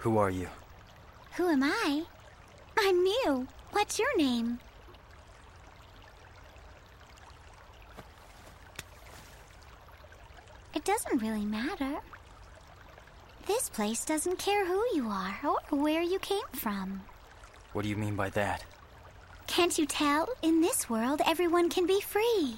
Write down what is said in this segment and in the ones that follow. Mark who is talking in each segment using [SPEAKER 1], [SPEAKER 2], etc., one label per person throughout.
[SPEAKER 1] Who are you?
[SPEAKER 2] Who am I? I'm Mew. What's your name? It doesn't really matter. This place doesn't care who you are or where you came from.
[SPEAKER 1] What do you mean by that?
[SPEAKER 2] Can't you tell? In this world, everyone can be free.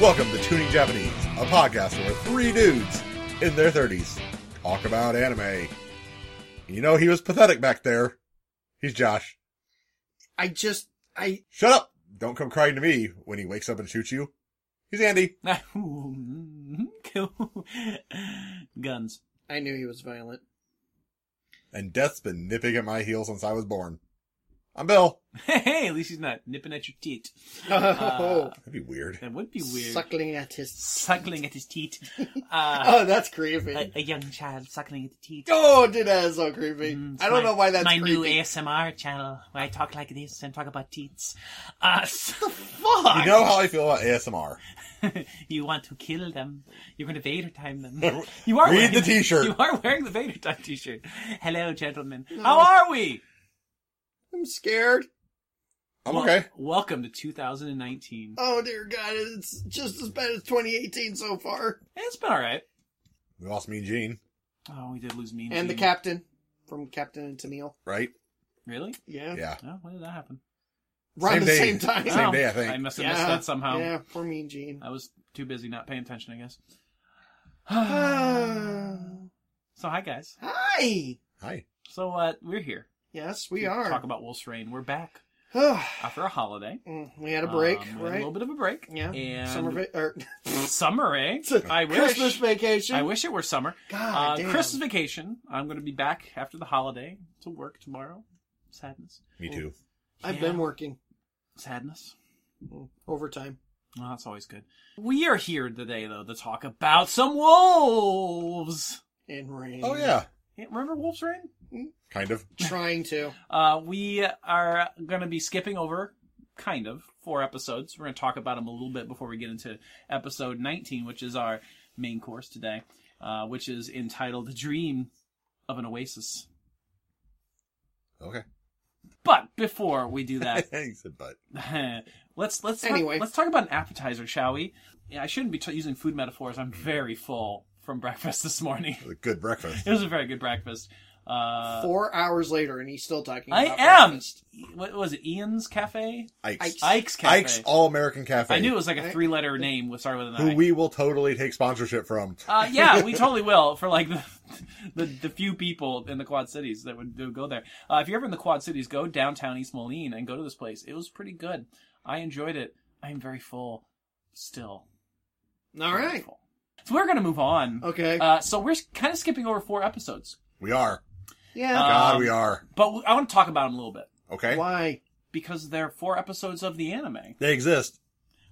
[SPEAKER 3] Welcome to Tuning Japanese, a podcast where three dudes in their 30s talk about anime. You know, he was pathetic back there. He's Josh.
[SPEAKER 4] I just, I,
[SPEAKER 3] Shut up! Don't come crying to me when he wakes up and shoots you. He's Andy.
[SPEAKER 5] mm-hmm, Guns.
[SPEAKER 4] I knew he was violent.
[SPEAKER 3] And death's been nipping at my heels since I was born. I'm Bill.
[SPEAKER 5] Hey, at least he's not nipping at your teat.
[SPEAKER 4] Oh,
[SPEAKER 3] That'd be weird.
[SPEAKER 5] That would be Ah, weird.
[SPEAKER 4] suckling at his.
[SPEAKER 5] suckling at his teat. Uh,
[SPEAKER 4] Oh, that's creepy.
[SPEAKER 5] a, a young child suckling at the teat.
[SPEAKER 4] oh, dude, that is so creepy.
[SPEAKER 5] Mm, it's
[SPEAKER 4] I don't
[SPEAKER 5] my-
[SPEAKER 4] know why that's
[SPEAKER 5] my
[SPEAKER 4] creepy.
[SPEAKER 5] new ASMR channel where I talk like this and talk about teats. Uh, so fuck.
[SPEAKER 3] You know how I feel about ASMR.
[SPEAKER 5] you want to kill them. You're going to Vader time them. You are
[SPEAKER 3] Read
[SPEAKER 5] wearing,
[SPEAKER 3] the t-shirt.
[SPEAKER 5] You are wearing the Vader time T-shirt. Hello, gentlemen. How are we?
[SPEAKER 4] I'm scared.
[SPEAKER 3] I'm
[SPEAKER 5] Wel-
[SPEAKER 3] okay.
[SPEAKER 5] Welcome to 2019.
[SPEAKER 4] Oh dear God, it's just as bad as 2018 so far.
[SPEAKER 5] It's been all right.
[SPEAKER 3] We lost me and Gene,
[SPEAKER 5] Oh, we did lose Mean
[SPEAKER 4] And the
[SPEAKER 5] Gene.
[SPEAKER 4] captain from Captain and Tennille.
[SPEAKER 3] right?
[SPEAKER 5] Really?
[SPEAKER 4] Yeah,
[SPEAKER 3] Yeah.
[SPEAKER 5] Oh, when did that happen?
[SPEAKER 4] around the
[SPEAKER 3] day.
[SPEAKER 4] same time.
[SPEAKER 3] Same
[SPEAKER 5] Oh,
[SPEAKER 3] day, I think.
[SPEAKER 5] I must have
[SPEAKER 4] yeah.
[SPEAKER 5] missed that somehow.
[SPEAKER 4] Yeah, for Mean Gene.
[SPEAKER 5] I was too busy not paying attention, I guess. Uh, so hi guys.
[SPEAKER 4] Hi.
[SPEAKER 3] Hi.
[SPEAKER 5] So uh, we're here.
[SPEAKER 4] Yes, we
[SPEAKER 5] to
[SPEAKER 4] are.
[SPEAKER 5] Talk about Wolf's Rain. We're back after a holiday.
[SPEAKER 4] Mm, we had a break,
[SPEAKER 5] Um, we had A
[SPEAKER 4] right?
[SPEAKER 5] little bit of a break.
[SPEAKER 4] Yeah.
[SPEAKER 5] And
[SPEAKER 4] Summer va- er, or
[SPEAKER 5] summer, eh? I wish.
[SPEAKER 4] Christmas vacation.
[SPEAKER 5] I wish it were summer.
[SPEAKER 4] God
[SPEAKER 5] uh,
[SPEAKER 4] damn.
[SPEAKER 5] Christmas vacation. I'm going to be back after the holiday to work tomorrow. Sadness.
[SPEAKER 3] Me too.
[SPEAKER 4] I've
[SPEAKER 5] Yeah.
[SPEAKER 4] been working
[SPEAKER 5] Sadness.
[SPEAKER 4] overtime.
[SPEAKER 5] Well, that's always good. We are here today, though, to talk about some wolves.
[SPEAKER 4] and rain.
[SPEAKER 3] Oh yeah.
[SPEAKER 5] Yeah, Remember Wolves Rain?
[SPEAKER 3] Kind of.
[SPEAKER 4] Trying to.
[SPEAKER 5] Uh, we are going to be skipping over, kind of, four episodes. We're going to talk about them a little bit before we get into episode 19, which is our main course today, uh, which is entitled The Dream of an Oasis.
[SPEAKER 3] Okay.
[SPEAKER 5] But before we do that,
[SPEAKER 3] he said, but.
[SPEAKER 5] let's let's talk,
[SPEAKER 4] Anyway.
[SPEAKER 5] let's talk about an appetizer, shall we? Yeah, I shouldn't be t- using food metaphors. I'm very full from breakfast this morning.
[SPEAKER 3] It was a good breakfast.
[SPEAKER 5] It was a very good breakfast. Uh,
[SPEAKER 4] Four hours later, and he's still talking.
[SPEAKER 5] I
[SPEAKER 4] about
[SPEAKER 5] am.
[SPEAKER 4] breakfast.
[SPEAKER 5] What was it? Ian's Cafe?
[SPEAKER 3] Ike's.
[SPEAKER 4] Ike's.
[SPEAKER 5] Ike's Cafe.
[SPEAKER 3] Ike's All American Cafe.
[SPEAKER 5] I knew it was like a
[SPEAKER 4] Right?
[SPEAKER 5] three-letter name with started with an
[SPEAKER 3] who
[SPEAKER 5] I.
[SPEAKER 3] we will totally take sponsorship from.
[SPEAKER 5] uh, yeah, we totally will for like the, the the few people in the Quad Cities that would, that would go there. Uh, if you're ever in the Quad Cities, go downtown East Moline and go to this place. It was pretty good. I enjoyed it. I am very full still.
[SPEAKER 4] All
[SPEAKER 5] Very
[SPEAKER 4] right.
[SPEAKER 5] full. So we're gonna move on.
[SPEAKER 4] Okay.
[SPEAKER 5] Uh, so we're kind of skipping over four episodes,
[SPEAKER 3] We are.
[SPEAKER 4] yeah.
[SPEAKER 3] God,
[SPEAKER 5] Um,
[SPEAKER 3] we are.
[SPEAKER 5] but w- I want to talk about them a little bit
[SPEAKER 3] Okay.
[SPEAKER 4] Why?
[SPEAKER 5] because they're four episodes of the anime.
[SPEAKER 3] They exist.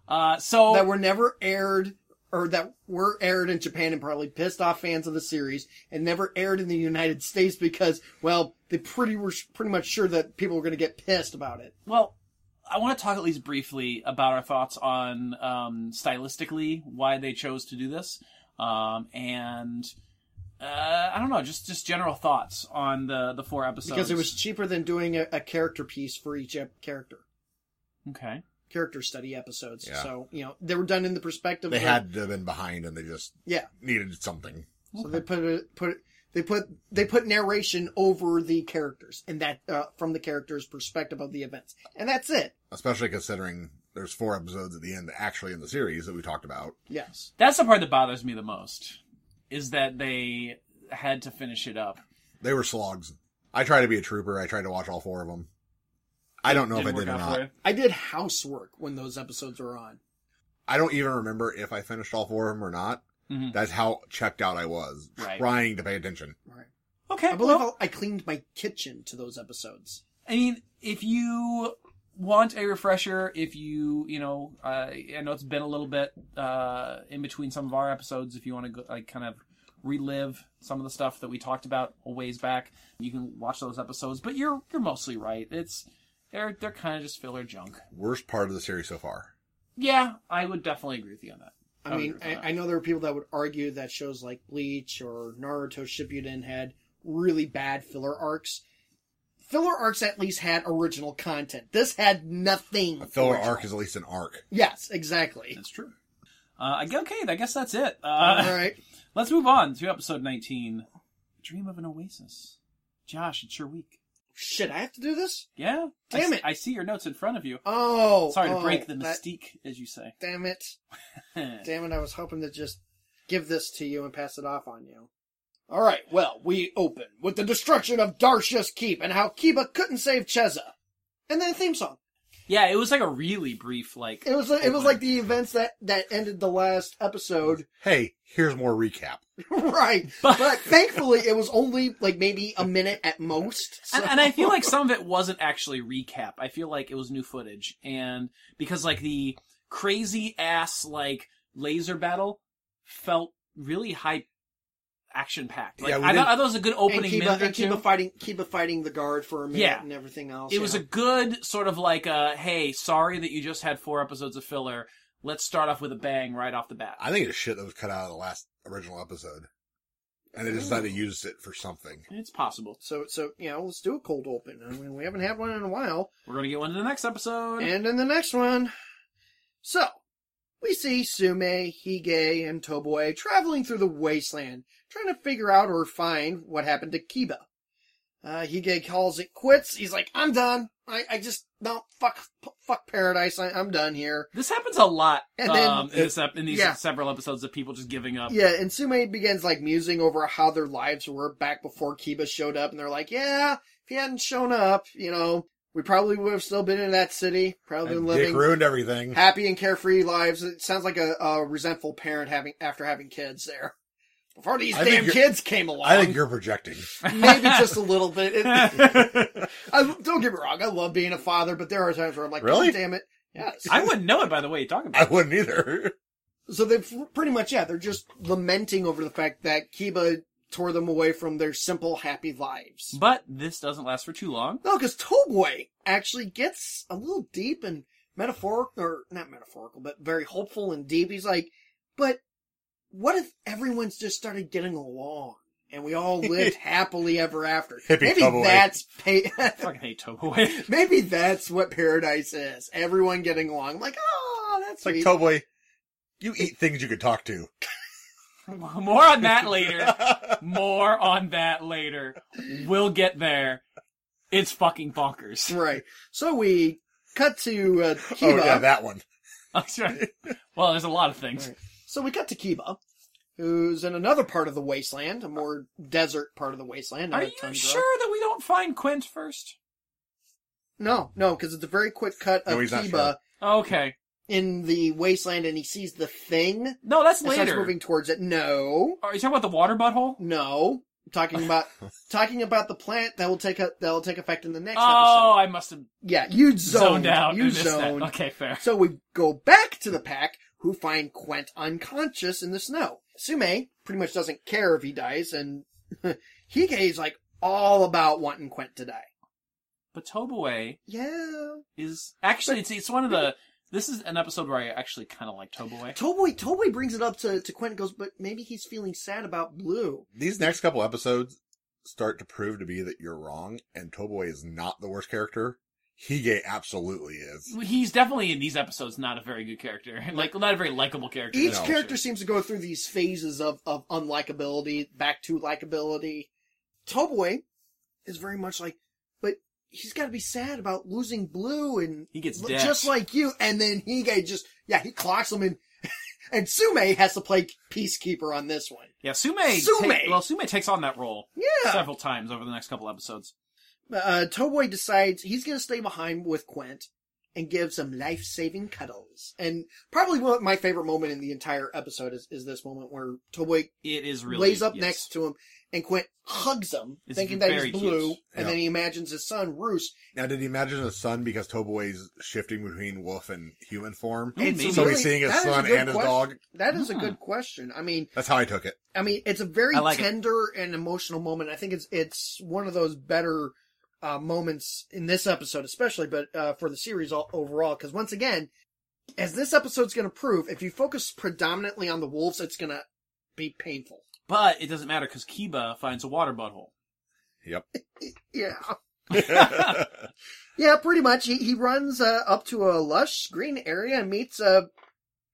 [SPEAKER 5] Uh, so
[SPEAKER 4] That were never aired, or that were aired in Japan and probably pissed off fans of the series, and never aired in the United States because, well, they pretty were s- pretty much sure that people were going to get pissed about it.
[SPEAKER 5] Well, I want to talk at least briefly about our thoughts on um, stylistically why they chose to do this, um, and uh, I don't know, just just general thoughts on the the four episodes
[SPEAKER 4] Because it was cheaper than doing a, a character piece for each ep- character.
[SPEAKER 5] okay.
[SPEAKER 4] Character study episodes.
[SPEAKER 3] Yeah.
[SPEAKER 4] So, you know, they were done in the perspective
[SPEAKER 3] They
[SPEAKER 4] of-
[SPEAKER 3] had to have been behind and they just
[SPEAKER 4] Yeah.
[SPEAKER 3] needed something.
[SPEAKER 4] So they put a, put they put they put narration over the characters, and that uh, from the characters' perspective of the events, and that's it.
[SPEAKER 3] Especially considering there's four episodes at the end actually in the series that we talked about.
[SPEAKER 4] Yes,
[SPEAKER 5] That's the part that bothers me the most, is that they had to finish it up.
[SPEAKER 3] They were slogs. I try to be a trooper. I tried to watch all four of them. I don't know if I
[SPEAKER 5] Didn't
[SPEAKER 3] did or
[SPEAKER 5] work out for
[SPEAKER 3] not.
[SPEAKER 5] you?
[SPEAKER 4] I did housework when those episodes were on.
[SPEAKER 3] I don't even remember if I finished all four of them or not.
[SPEAKER 5] Mhm.
[SPEAKER 3] That's how checked out I was,
[SPEAKER 5] Right.
[SPEAKER 3] trying to pay attention.
[SPEAKER 4] Right.
[SPEAKER 5] Okay,
[SPEAKER 4] I believe
[SPEAKER 5] well,
[SPEAKER 4] I cleaned my kitchen to those episodes.
[SPEAKER 5] I mean, if you want a refresher, if you, you know, uh, I know it's been a little bit uh, in between some of our episodes. If you want to go, like kind of relive some of the stuff that we talked about a ways back, you can watch those episodes. But you're you're mostly right. It's they're they're kind of just filler junk.
[SPEAKER 3] Worst part of the series so far.
[SPEAKER 5] Yeah, I would definitely agree with you on that.
[SPEAKER 4] I mean,
[SPEAKER 5] agree with that.
[SPEAKER 4] I, I know there are people that would argue that shows like Bleach or Naruto Shippuden had really bad filler arcs. Filler arcs at least had original content. This had nothing.
[SPEAKER 3] A filler
[SPEAKER 4] original.
[SPEAKER 3] arc is at least an arc.
[SPEAKER 4] Yes, exactly.
[SPEAKER 5] That's true. Uh, I- okay, I guess that's it. Uh,
[SPEAKER 4] All right.
[SPEAKER 5] Let's move on to episode 19 Dream of an Oasis. Josh, it's your week.
[SPEAKER 4] Shit, I have to do this?
[SPEAKER 5] Yeah. I
[SPEAKER 4] Damn
[SPEAKER 5] s-
[SPEAKER 4] it.
[SPEAKER 5] I see your notes in front of you.
[SPEAKER 4] Oh.
[SPEAKER 5] Sorry to
[SPEAKER 4] oh,
[SPEAKER 5] break the
[SPEAKER 4] that-
[SPEAKER 5] mystique, as you say.
[SPEAKER 4] damn it. Damn it, I was hoping to just give this to you and pass it off on you. Alright, well, we open with the destruction of Darsha's keep and how Kiba couldn't save Cheza. And then a theme song.
[SPEAKER 5] yeah, it was like a really brief, like.
[SPEAKER 4] It was like, it was like
[SPEAKER 5] opening.
[SPEAKER 4] the events that, that ended the last episode.
[SPEAKER 3] Hey, here's more recap.
[SPEAKER 4] right.
[SPEAKER 5] But-
[SPEAKER 4] But, thankfully it was only like maybe a minute at most.
[SPEAKER 5] And,
[SPEAKER 4] so-
[SPEAKER 5] and I feel like some of it wasn't actually recap. I feel like it was new footage. And because, like, the crazy ass, like, laser battle felt really high action packed. Like,
[SPEAKER 3] Yeah, we
[SPEAKER 5] I, thought,
[SPEAKER 3] didn't-
[SPEAKER 5] I thought it was a good
[SPEAKER 4] and
[SPEAKER 5] opening
[SPEAKER 4] Kiba,
[SPEAKER 5] minute. Or
[SPEAKER 4] and
[SPEAKER 5] two.
[SPEAKER 4] Kiba fighting Kiba fighting the guard for a minute
[SPEAKER 5] Yeah.
[SPEAKER 4] and everything else.
[SPEAKER 5] it
[SPEAKER 4] you
[SPEAKER 5] was
[SPEAKER 4] know.
[SPEAKER 5] a good sort of like uh hey sorry that you just had four episodes of filler let's start off with a bang right off the bat
[SPEAKER 3] I think it's shit that was cut out of the last original episode. And they decided to use it for something.
[SPEAKER 5] it's possible
[SPEAKER 4] so so you know, let's do a cold open. I mean we haven't had one in a while.
[SPEAKER 5] we're gonna get one in the next episode
[SPEAKER 4] And in the next one, so we see Sume, Hige, and Toboe traveling through the wasteland, trying to figure out or find what happened to Kiba. Uh, Hige calls it quits. He's like, "I'm done. I, I just no fuck, fuck paradise. I, I'm done here."
[SPEAKER 5] this happens a lot
[SPEAKER 4] And then-
[SPEAKER 5] um, in, this ep- in these
[SPEAKER 4] yeah.
[SPEAKER 5] several episodes of people just giving up
[SPEAKER 4] Yeah, and Sume begins like musing over how their lives were back before Kiba showed up, and they're like, "Yeah, if he hadn't shown up, you know, we probably would have still been in that city, probably been
[SPEAKER 3] Dick
[SPEAKER 4] living
[SPEAKER 3] ruined everything.
[SPEAKER 4] happy and carefree lives. It sounds like a, a resentful parent having after having kids there. Before these
[SPEAKER 3] I think
[SPEAKER 4] damn
[SPEAKER 3] you're-
[SPEAKER 4] kids came along,
[SPEAKER 3] I think you're projecting.
[SPEAKER 4] maybe just a little bit. It- I, don't get me wrong, I love being a father, but there are times where I'm like,
[SPEAKER 3] Really?
[SPEAKER 4] God damn it, yes.
[SPEAKER 5] i wouldn't know it by the way you're talking
[SPEAKER 3] I
[SPEAKER 5] about it.
[SPEAKER 3] wouldn't either.
[SPEAKER 4] so they have pretty much yeah, they're just lamenting over the fact that Kiba tore them away from their simple, happy lives.
[SPEAKER 5] but this doesn't last for too long
[SPEAKER 4] No, because Toboy actually gets a little deep and metaphorical, or not metaphorical, but very hopeful and deep. He's like, but what if everyone's just started getting along and we all lived happily ever after?
[SPEAKER 3] Hippie
[SPEAKER 4] maybe
[SPEAKER 3] Toboe.
[SPEAKER 4] that's
[SPEAKER 5] I
[SPEAKER 4] pa-
[SPEAKER 5] fucking hate Toboy.
[SPEAKER 4] maybe that's what paradise is. Everyone getting along. I'm like, oh,
[SPEAKER 3] It's
[SPEAKER 4] that's
[SPEAKER 3] like,
[SPEAKER 4] sweet.
[SPEAKER 3] Toboy, you eat things you could talk to.
[SPEAKER 5] more on that later more on that later we'll get there it's fucking bonkers
[SPEAKER 4] right. So we cut to uh,
[SPEAKER 3] Oh,
[SPEAKER 4] Kiba.
[SPEAKER 3] yeah, that one.
[SPEAKER 5] I'm sorry. well there's a lot of things
[SPEAKER 4] So we cut to Kiba, who's in another part of the wasteland, a more desert part of the wasteland. not
[SPEAKER 5] Are
[SPEAKER 4] a
[SPEAKER 5] you
[SPEAKER 4] tundra.
[SPEAKER 5] sure that we don't find Quint first?
[SPEAKER 4] No, no, because it's a very quick cut of
[SPEAKER 3] No, he's not
[SPEAKER 4] Kiba
[SPEAKER 3] sure.
[SPEAKER 5] Okay.
[SPEAKER 4] in the wasteland, and he sees the thing and
[SPEAKER 5] No, that's
[SPEAKER 4] starts
[SPEAKER 5] later.
[SPEAKER 4] moving towards it. No,
[SPEAKER 5] Are you talking about the water butthole?
[SPEAKER 4] no, I'm talking about talking about the plant that will take a, that will take effect in the next
[SPEAKER 5] Oh,
[SPEAKER 4] episode.
[SPEAKER 5] I must have
[SPEAKER 4] Yeah, you zoned,
[SPEAKER 5] zoned, out.
[SPEAKER 4] You
[SPEAKER 5] and missed that.
[SPEAKER 4] zoned.
[SPEAKER 5] Okay, fair.
[SPEAKER 4] So we go back to the pack, who find Quent unconscious in the snow. Sume pretty much doesn't care if he dies, and Hige is like all about wanting Quent to die.
[SPEAKER 5] But Toboe
[SPEAKER 4] Yeah.
[SPEAKER 5] is actually it's it's one of the this is an episode where I actually kind of like Toboe.
[SPEAKER 4] Toboy Toboy brings it up to, to Quentin and goes, but maybe he's feeling sad about Blue.
[SPEAKER 3] These next couple episodes start to prove to be that you're wrong, and Toboy is not the worst character. Hige absolutely is.
[SPEAKER 5] He's definitely in these episodes not a very good character, like not a very likable character.
[SPEAKER 4] Each
[SPEAKER 3] No.
[SPEAKER 4] character seems to go through these phases of, of unlikability, back to likability. Toboy is very much like, but he's gotta be sad about losing Blue and
[SPEAKER 5] He gets
[SPEAKER 4] l-
[SPEAKER 5] decked.
[SPEAKER 4] just like you. And then he guy just, yeah, he clocks him and, and Sume has to play peacekeeper on this one.
[SPEAKER 5] Yeah, Sume. ta-
[SPEAKER 4] Sume!
[SPEAKER 5] well, Sume takes on that role
[SPEAKER 4] Yeah.
[SPEAKER 5] several times over the next couple episodes.
[SPEAKER 4] uh, Toboy decides he's going to stay behind with Quint and give some life-saving cuddles. And probably one of my favorite moment in the entire episode is, is this moment where Toboy
[SPEAKER 5] It is really
[SPEAKER 4] lays up
[SPEAKER 5] yes.
[SPEAKER 4] next to him and Quint hugs him,
[SPEAKER 5] It's
[SPEAKER 4] thinking that he's
[SPEAKER 5] very cute.
[SPEAKER 4] blue,
[SPEAKER 3] Yeah.
[SPEAKER 4] and then he imagines his son, Roos.
[SPEAKER 3] Now, did he imagine his son because Toboy's shifting between wolf and human form?
[SPEAKER 5] Ooh, maybe.
[SPEAKER 3] So he's seeing his
[SPEAKER 4] that is a
[SPEAKER 3] son
[SPEAKER 4] good
[SPEAKER 3] and his
[SPEAKER 4] question.
[SPEAKER 3] dog.
[SPEAKER 4] That is a
[SPEAKER 5] Ah.
[SPEAKER 4] good question. I mean,
[SPEAKER 3] That's how I took it.
[SPEAKER 4] I mean, it's a very
[SPEAKER 5] I like it.
[SPEAKER 4] tender and emotional moment. I think it's it's one of those better uh, moments in this episode, especially, but uh, for the series all, overall. Because once again, as this episode's going to prove, if you focus predominantly on the wolves, it's going to be painful.
[SPEAKER 5] But it doesn't matter because Kiba finds a water butthole.
[SPEAKER 3] Yep.
[SPEAKER 4] Yeah, yeah, pretty much. He he runs uh, up to a lush green area and meets a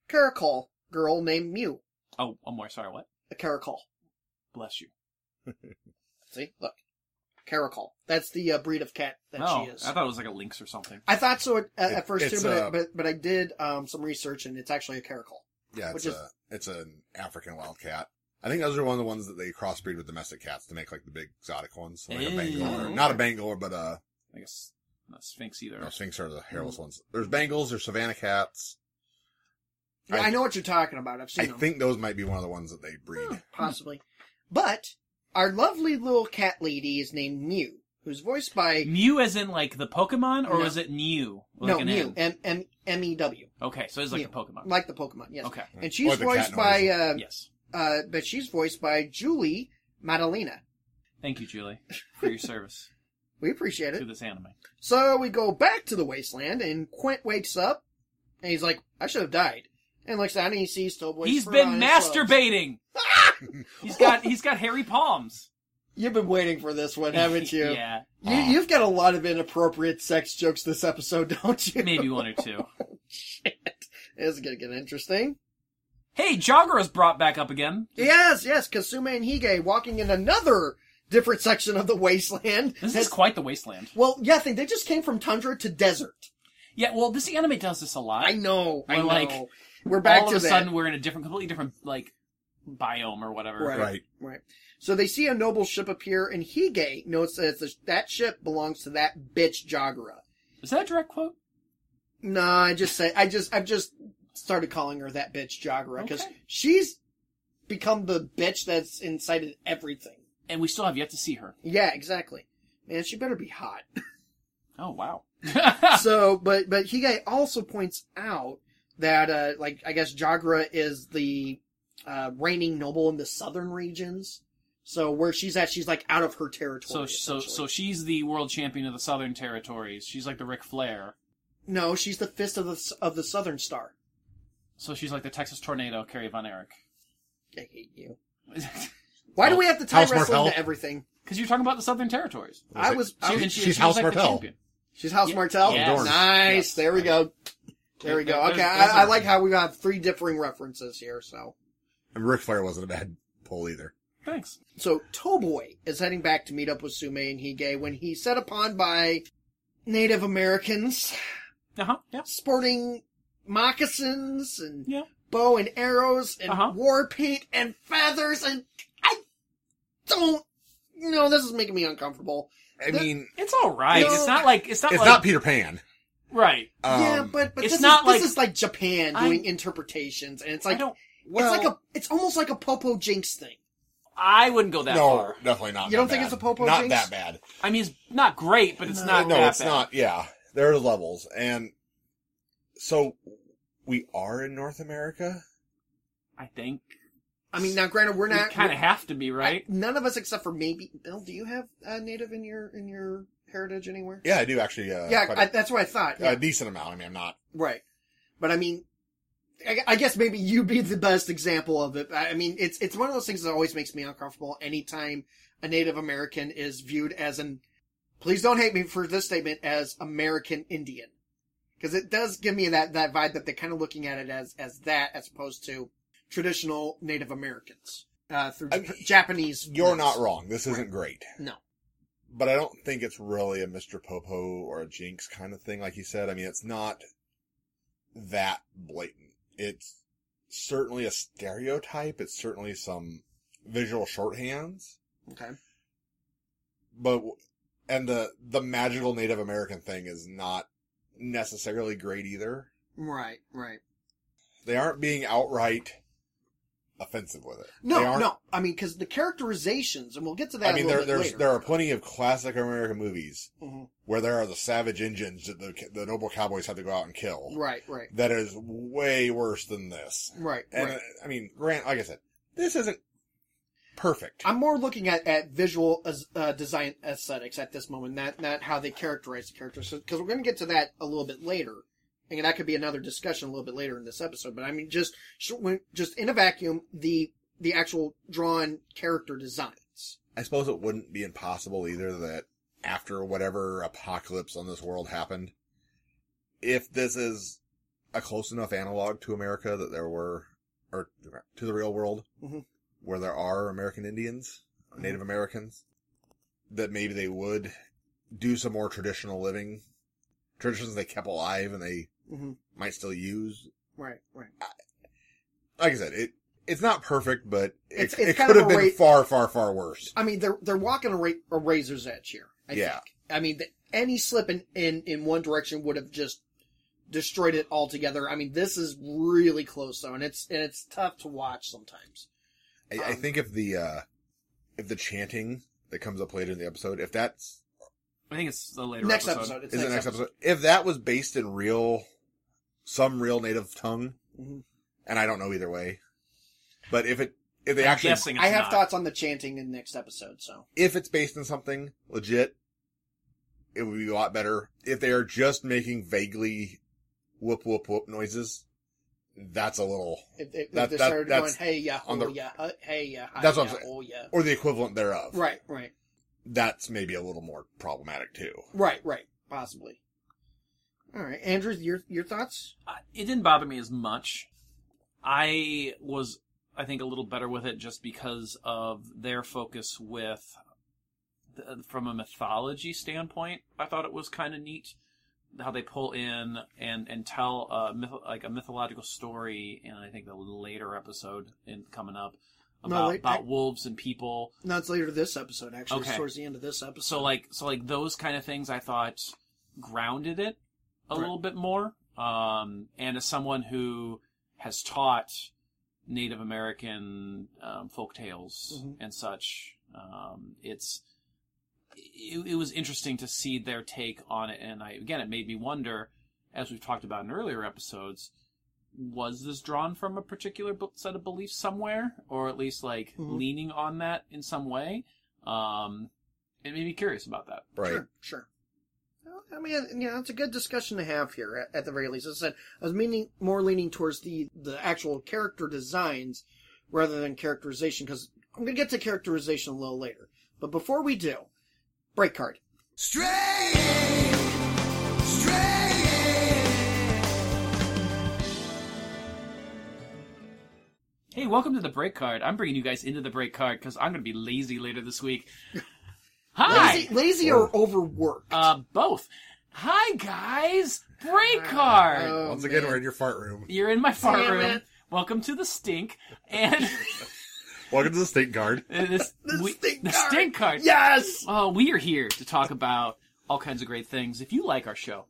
[SPEAKER 4] caracal girl named Mew.
[SPEAKER 5] Oh, one more. Sorry, what?
[SPEAKER 4] A caracal.
[SPEAKER 5] Bless you.
[SPEAKER 4] See, look, caracal. That's the uh, breed of cat that
[SPEAKER 5] oh,
[SPEAKER 4] she is.
[SPEAKER 5] I thought it was like a lynx or something.
[SPEAKER 4] I thought so at, at,
[SPEAKER 3] It-
[SPEAKER 4] at first too,
[SPEAKER 3] it's,
[SPEAKER 4] but, I-
[SPEAKER 3] uh,
[SPEAKER 4] but but I did um, some research and it's actually a caracal.
[SPEAKER 3] yeah, it's
[SPEAKER 4] Which is-
[SPEAKER 3] a, it's an African wildcat. I think those are one of the ones that they crossbreed with domestic cats to make like the big exotic ones, like a
[SPEAKER 5] Hey.
[SPEAKER 3] Bengal, or, not a Bengal, but a
[SPEAKER 5] I guess not sphinx either.
[SPEAKER 3] no, Sphinx are the
[SPEAKER 4] Mm-hmm.
[SPEAKER 3] hairless ones. There's Bengals, there's Savannah cats.
[SPEAKER 4] Yeah,
[SPEAKER 3] I-
[SPEAKER 4] I, know what you're talking about. I've seen
[SPEAKER 3] I
[SPEAKER 4] them
[SPEAKER 3] think Hmm. those might be one of the ones that they breed.
[SPEAKER 4] possibly, but our lovely little cat lady is named Mew, who's voiced by
[SPEAKER 5] Mew as in like the Pokemon, or
[SPEAKER 4] No.
[SPEAKER 5] was it Mew? Like
[SPEAKER 4] no
[SPEAKER 5] an
[SPEAKER 4] Mew
[SPEAKER 5] N?
[SPEAKER 4] M M M E W,
[SPEAKER 5] Okay, so it's like
[SPEAKER 4] Mew.
[SPEAKER 5] a Pokemon.
[SPEAKER 4] like the Pokemon. Yes.
[SPEAKER 5] Okay.
[SPEAKER 4] And
[SPEAKER 3] Hmm. Or
[SPEAKER 4] she's
[SPEAKER 3] the cat
[SPEAKER 4] voiced by
[SPEAKER 3] noise.
[SPEAKER 4] uh,
[SPEAKER 5] Yes.
[SPEAKER 4] uh, but she's voiced by Julie Madalena.
[SPEAKER 5] Thank you, Julie, for your service
[SPEAKER 4] We appreciate
[SPEAKER 5] to
[SPEAKER 4] it.
[SPEAKER 5] this anime.
[SPEAKER 4] So we go back to the wasteland, and Quint wakes up, and he's like, "I should have died." And looks down and he sees Toboy.
[SPEAKER 5] He's been masturbating. he's got he's got hairy palms.
[SPEAKER 4] You've been waiting for this one, haven't you?
[SPEAKER 5] yeah, Uh,
[SPEAKER 4] you you've got a lot of inappropriate sex jokes this episode, don't you?
[SPEAKER 5] maybe one or two.
[SPEAKER 4] Shit. This is gonna get interesting.
[SPEAKER 5] Hey, Jagras brought back up again.
[SPEAKER 4] Yes, yes, Kasume and Hige walking in another different section of the wasteland.
[SPEAKER 5] This
[SPEAKER 4] Has-
[SPEAKER 5] is quite the wasteland.
[SPEAKER 4] well, yeah, I think they just came from tundra to desert.
[SPEAKER 5] Yeah, well, this anime does this a lot.
[SPEAKER 4] I know, I
[SPEAKER 5] We're
[SPEAKER 4] know.
[SPEAKER 5] like-
[SPEAKER 4] We're back
[SPEAKER 5] All
[SPEAKER 4] to
[SPEAKER 5] of a
[SPEAKER 4] that.
[SPEAKER 5] sudden, we're in a different, completely different like biome or whatever.
[SPEAKER 4] Right.
[SPEAKER 3] Right.
[SPEAKER 4] Right. So they see a noble ship appear, and Hige notes that it's a- that ship belongs to that bitch Jagara.
[SPEAKER 5] Is that a direct quote?
[SPEAKER 4] No, I just say I just I've just started calling her that bitch Jagara because
[SPEAKER 5] Okay.
[SPEAKER 4] she's become the bitch that's incited everything.
[SPEAKER 5] And we still have yet to see her.
[SPEAKER 4] Yeah, exactly. Man, she better be hot.
[SPEAKER 5] Oh wow.
[SPEAKER 4] so, but but Hige also points out that uh like I guess Jagara is the uh reigning noble in the southern regions. So where she's at, she's like out of her
[SPEAKER 5] so
[SPEAKER 4] territory.
[SPEAKER 5] so so
[SPEAKER 4] essentially.
[SPEAKER 5] she's the world champion of the Southern Territories. She's like the Ric Flair.
[SPEAKER 4] no, she's the fist of the of the Southern Star.
[SPEAKER 5] So she's like the Texas Tornado, Carrie Von Erich.
[SPEAKER 4] I hate you. Why do
[SPEAKER 3] Oh,
[SPEAKER 4] we have to tie
[SPEAKER 3] House
[SPEAKER 4] wrestling
[SPEAKER 3] Martell?
[SPEAKER 4] to everything?
[SPEAKER 5] Because you're talking about the Southern Territories.
[SPEAKER 4] I
[SPEAKER 3] it-
[SPEAKER 4] was,
[SPEAKER 5] She-
[SPEAKER 4] I was
[SPEAKER 5] and she-
[SPEAKER 3] she's
[SPEAKER 5] she was,
[SPEAKER 3] House
[SPEAKER 5] like, the
[SPEAKER 3] Martell.
[SPEAKER 5] champion.
[SPEAKER 4] She's House
[SPEAKER 5] Yeah.
[SPEAKER 4] Martell.
[SPEAKER 5] Yes. Dorn.
[SPEAKER 4] Nice.
[SPEAKER 5] Yes.
[SPEAKER 4] There we go. There we go.
[SPEAKER 5] There's-
[SPEAKER 4] Okay,
[SPEAKER 5] there's
[SPEAKER 4] I, I
[SPEAKER 5] a-
[SPEAKER 4] like how we have three differing references here. So,
[SPEAKER 3] And Ric Flair wasn't a bad pull either.
[SPEAKER 5] Thanks.
[SPEAKER 4] so Toboy is heading back to meet up with Sume and Hige when he's set upon by Native Americans
[SPEAKER 5] Uh huh. Yeah.
[SPEAKER 4] sporting moccasins and
[SPEAKER 5] Yeah.
[SPEAKER 4] bow and arrows and
[SPEAKER 5] Uh-huh.
[SPEAKER 4] war paint and feathers and I don't. No, this is making me uncomfortable.
[SPEAKER 3] I
[SPEAKER 4] The-
[SPEAKER 3] mean,
[SPEAKER 5] It's all right.
[SPEAKER 4] No.
[SPEAKER 5] It's not like it's not
[SPEAKER 3] it's
[SPEAKER 5] like
[SPEAKER 3] not Peter Pan.
[SPEAKER 5] right.
[SPEAKER 3] Um,
[SPEAKER 4] yeah, but but
[SPEAKER 5] it's
[SPEAKER 4] this
[SPEAKER 5] not
[SPEAKER 4] is
[SPEAKER 5] like-
[SPEAKER 4] this is like Japan
[SPEAKER 5] I-
[SPEAKER 4] doing interpretations, and it's like
[SPEAKER 5] I don't.
[SPEAKER 3] well,
[SPEAKER 4] it's like a it's almost like a Popo Jinx thing.
[SPEAKER 5] I wouldn't go that
[SPEAKER 3] no,
[SPEAKER 5] far.
[SPEAKER 3] definitely not.
[SPEAKER 4] You
[SPEAKER 3] that
[SPEAKER 4] don't think
[SPEAKER 3] bad.
[SPEAKER 4] it's a Popo
[SPEAKER 3] Not
[SPEAKER 4] Jinx?
[SPEAKER 3] that bad.
[SPEAKER 5] I mean, it's not great, but it's not.
[SPEAKER 3] no,
[SPEAKER 5] that
[SPEAKER 3] it's
[SPEAKER 5] bad.
[SPEAKER 3] not. Yeah, there are levels, and so we are in North America.
[SPEAKER 5] I think
[SPEAKER 4] I mean, now granted, we're not
[SPEAKER 5] we kind of have to be right.
[SPEAKER 4] none of us except for maybe Bill. Do you have uh, native in your in your heritage anywhere?
[SPEAKER 3] Yeah, I do actually. Uh,
[SPEAKER 4] yeah,
[SPEAKER 3] quite
[SPEAKER 4] I,
[SPEAKER 3] a-
[SPEAKER 4] that's what I thought. Yeah,
[SPEAKER 3] a decent amount. I mean, I'm not.
[SPEAKER 4] right. But I mean, I, I guess maybe you'd be the best example of it. I I mean, it's it's one of those things that always makes me uncomfortable anytime a Native American is viewed as an. Please don't hate me for this statement as American Indian, because it does give me that that vibe that they're kind of looking at it as as that as opposed to traditional Native Americans uh, through
[SPEAKER 3] I mean,
[SPEAKER 4] Japanese.
[SPEAKER 3] You're
[SPEAKER 4] lens.
[SPEAKER 3] not wrong. This isn't great,
[SPEAKER 4] No.
[SPEAKER 3] but I don't think it's really a Mr. Popo or a Jinx kind of thing. Like you said, I mean, it's not that blatant. It's certainly a stereotype. It's certainly some visual shorthands.
[SPEAKER 4] Okay.
[SPEAKER 3] but w- and the the magical Native American thing is not necessarily great either.
[SPEAKER 4] Right, right.
[SPEAKER 3] They aren't being outright offensive with it. They
[SPEAKER 4] No,
[SPEAKER 3] aren't-
[SPEAKER 4] no. I mean, because the characterizations, and we'll get to
[SPEAKER 3] I
[SPEAKER 4] that.
[SPEAKER 3] mean,
[SPEAKER 4] a
[SPEAKER 3] there
[SPEAKER 4] little
[SPEAKER 3] there's
[SPEAKER 4] bit
[SPEAKER 3] there
[SPEAKER 4] later.
[SPEAKER 3] are plenty of classic American movies
[SPEAKER 4] Mhm.
[SPEAKER 3] where there are the savage Indians that the the noble cowboys had to go out and kill.
[SPEAKER 4] Right, right,
[SPEAKER 3] That is way worse than this.
[SPEAKER 4] right,
[SPEAKER 3] And uh,
[SPEAKER 4] right.
[SPEAKER 3] I mean, Grant, like I said, this isn't perfect.
[SPEAKER 4] I'm more looking at, at visual as, uh, design aesthetics at this moment, not not how they characterize the characters, because we're going to get to that a little bit later, and that could be another discussion a little bit later in this episode. But I mean, just sh- when, just in a vacuum, the the actual drawn character designs.
[SPEAKER 3] I suppose it wouldn't be impossible either that after whatever apocalypse on this world happened, if this is a close enough analog to America that there were, or to the real world,
[SPEAKER 4] Mhm.
[SPEAKER 3] where there are American Indians,
[SPEAKER 4] Mm-hmm.
[SPEAKER 3] Native Americans, that maybe they would do some more traditional living, traditions they kept alive and they
[SPEAKER 4] Mm-hmm.
[SPEAKER 3] might still use.
[SPEAKER 4] Right, right.
[SPEAKER 3] Like I said, it, it's not perfect, but it,
[SPEAKER 4] It's- it's
[SPEAKER 3] it
[SPEAKER 4] kind
[SPEAKER 3] could
[SPEAKER 4] of
[SPEAKER 3] have
[SPEAKER 4] a
[SPEAKER 3] been
[SPEAKER 4] rate-
[SPEAKER 3] far, far, far worse.
[SPEAKER 4] I mean, they're they're walking a, ra- a razor's edge here. I
[SPEAKER 3] Yeah.
[SPEAKER 4] think. I mean, th any slip in, in in one direction would have just destroyed it altogether. I mean, this is really close though, and it's and it's tough to watch sometimes.
[SPEAKER 3] I, I
[SPEAKER 4] Um,
[SPEAKER 3] think if the uh if the chanting that comes up later in the episode, if that's
[SPEAKER 5] I think it's the later
[SPEAKER 4] next
[SPEAKER 5] episode.
[SPEAKER 4] episode, it's
[SPEAKER 3] is the next episode, if that was based in real some real native tongue,
[SPEAKER 4] Mhm.
[SPEAKER 3] and I don't know either way, but if it if they
[SPEAKER 5] I'm
[SPEAKER 3] actually
[SPEAKER 5] guessing it's
[SPEAKER 4] I have
[SPEAKER 5] not.
[SPEAKER 4] thoughts on the chanting in next episode. So
[SPEAKER 3] if it's based in something legit, it would be a lot better. If they are just making vaguely whoop whoop whoop noises, that's a little
[SPEAKER 4] if, if,
[SPEAKER 3] That-
[SPEAKER 4] if they
[SPEAKER 3] that-
[SPEAKER 4] started
[SPEAKER 3] that's
[SPEAKER 4] going, hey yeah, oh
[SPEAKER 3] on the-
[SPEAKER 4] yeah, uh, hey yeah, hi,
[SPEAKER 3] That's what I'm
[SPEAKER 4] yeah,
[SPEAKER 3] saying.
[SPEAKER 4] oh yeah,
[SPEAKER 3] or the equivalent thereof.
[SPEAKER 4] right, right,
[SPEAKER 3] That's maybe a little more problematic too.
[SPEAKER 4] right, right, possibly. All right, Andrew, your your thoughts?
[SPEAKER 5] I- Uh, it didn't bother me as much. I was, I think, a little better with it just because of their focus with, the, from a mythology standpoint. I thought it was kind of neat how they pull in and and tell a myth, like a mythological story, and I think the later episode in coming up
[SPEAKER 4] No,
[SPEAKER 5] about
[SPEAKER 4] wait,
[SPEAKER 5] about
[SPEAKER 4] I-
[SPEAKER 5] wolves and people
[SPEAKER 4] No, it's later this episode. Actually, it's
[SPEAKER 5] Okay.
[SPEAKER 4] towards the end of this episode.
[SPEAKER 5] so like so like those kind of things I thought grounded it a
[SPEAKER 4] Right.
[SPEAKER 5] little bit more. Um, and as someone who has taught Native American um, folk tales
[SPEAKER 4] Mhm.
[SPEAKER 5] and such, um, it's it, it was interesting to see their take on it. And I again, it made me wonder, as we've talked about in earlier episodes. Was this drawn from a particular bu- set of beliefs somewhere, or at least like
[SPEAKER 4] Mhm.
[SPEAKER 5] leaning on that in some way? Um, it made me curious about that.
[SPEAKER 3] Right.
[SPEAKER 4] Sure, sure. Well, I mean, you know, it's a good discussion to have here at, at the very least. As I said, I was meaning more leaning towards the the actual character designs rather than characterization because I'm gonna get to characterization a little later. But before we do, break card.
[SPEAKER 5] Hey, welcome to the break card. I'm bringing you guys into the break card because I'm going to be lazy later this week. Hi,
[SPEAKER 4] Lazy, lazy or overworked?
[SPEAKER 5] uh, both. Hi, guys. Break card.
[SPEAKER 4] Oh,
[SPEAKER 3] Once again,
[SPEAKER 4] man.
[SPEAKER 3] we're in your fart room.
[SPEAKER 5] You're in my fart
[SPEAKER 4] Damn
[SPEAKER 5] room.
[SPEAKER 4] it.
[SPEAKER 5] Welcome to the stink and
[SPEAKER 3] Welcome to the state guard.
[SPEAKER 5] and this
[SPEAKER 4] The
[SPEAKER 5] we-
[SPEAKER 4] stink
[SPEAKER 5] the
[SPEAKER 4] card.
[SPEAKER 5] stink card.
[SPEAKER 4] Yes.
[SPEAKER 5] Well, we are here to talk about all kinds of great things. If you like our show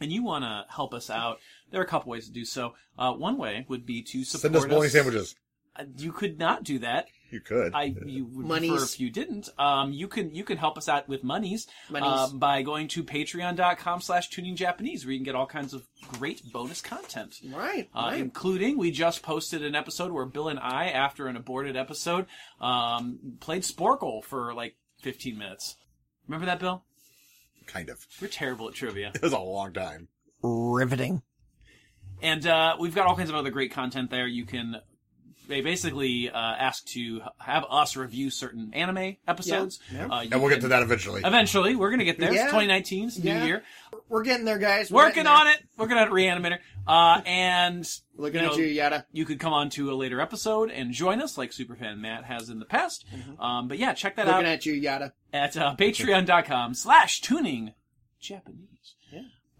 [SPEAKER 5] and you want to help us out, there are a couple ways to do so. Uh, one way would be to support
[SPEAKER 3] Send us bologna
[SPEAKER 5] us.
[SPEAKER 3] sandwiches.
[SPEAKER 5] Uh, You could not do that.
[SPEAKER 3] You could.
[SPEAKER 5] I you would
[SPEAKER 4] Monies.
[SPEAKER 5] prefer if you didn't. Um, you can you can help us out with monies,
[SPEAKER 4] Monies.
[SPEAKER 5] um, by going to patreon.com slash tuning Japanese, where you can get all kinds of great bonus content.
[SPEAKER 4] Right.
[SPEAKER 5] Uh,
[SPEAKER 4] right.
[SPEAKER 5] including we just posted an episode where Bill and I, after an aborted episode, um, played Sporkle for like 15 minutes. Remember that, Bill?
[SPEAKER 3] kind of.
[SPEAKER 5] We're terrible at trivia.
[SPEAKER 3] It was a long time.
[SPEAKER 4] Riveting.
[SPEAKER 5] And uh, we've got all kinds of other great content there. You can they basically uh, ask to have us review certain anime episodes.
[SPEAKER 4] Yeah, yeah.
[SPEAKER 5] Uh, you
[SPEAKER 3] And we'll get
[SPEAKER 5] can-
[SPEAKER 3] to that eventually.
[SPEAKER 5] Eventually, we're gonna get there.
[SPEAKER 4] Yeah.
[SPEAKER 5] It's 2019, it's a
[SPEAKER 4] Yeah.
[SPEAKER 5] new year.
[SPEAKER 4] We're getting there, guys. We're getting
[SPEAKER 5] Working
[SPEAKER 4] there.
[SPEAKER 5] on it. Working on Reanimator. Uh, and
[SPEAKER 4] Looking
[SPEAKER 5] you
[SPEAKER 4] at
[SPEAKER 5] know,
[SPEAKER 4] you, Yada.
[SPEAKER 5] You could come on to a later episode and join us, like Superfan Matt has in the past. Um, but yeah, check that
[SPEAKER 4] Mm-hmm. Looking
[SPEAKER 5] out
[SPEAKER 4] at you, Yada.
[SPEAKER 5] at uh, Patreon.com/slash Tuning Japanese.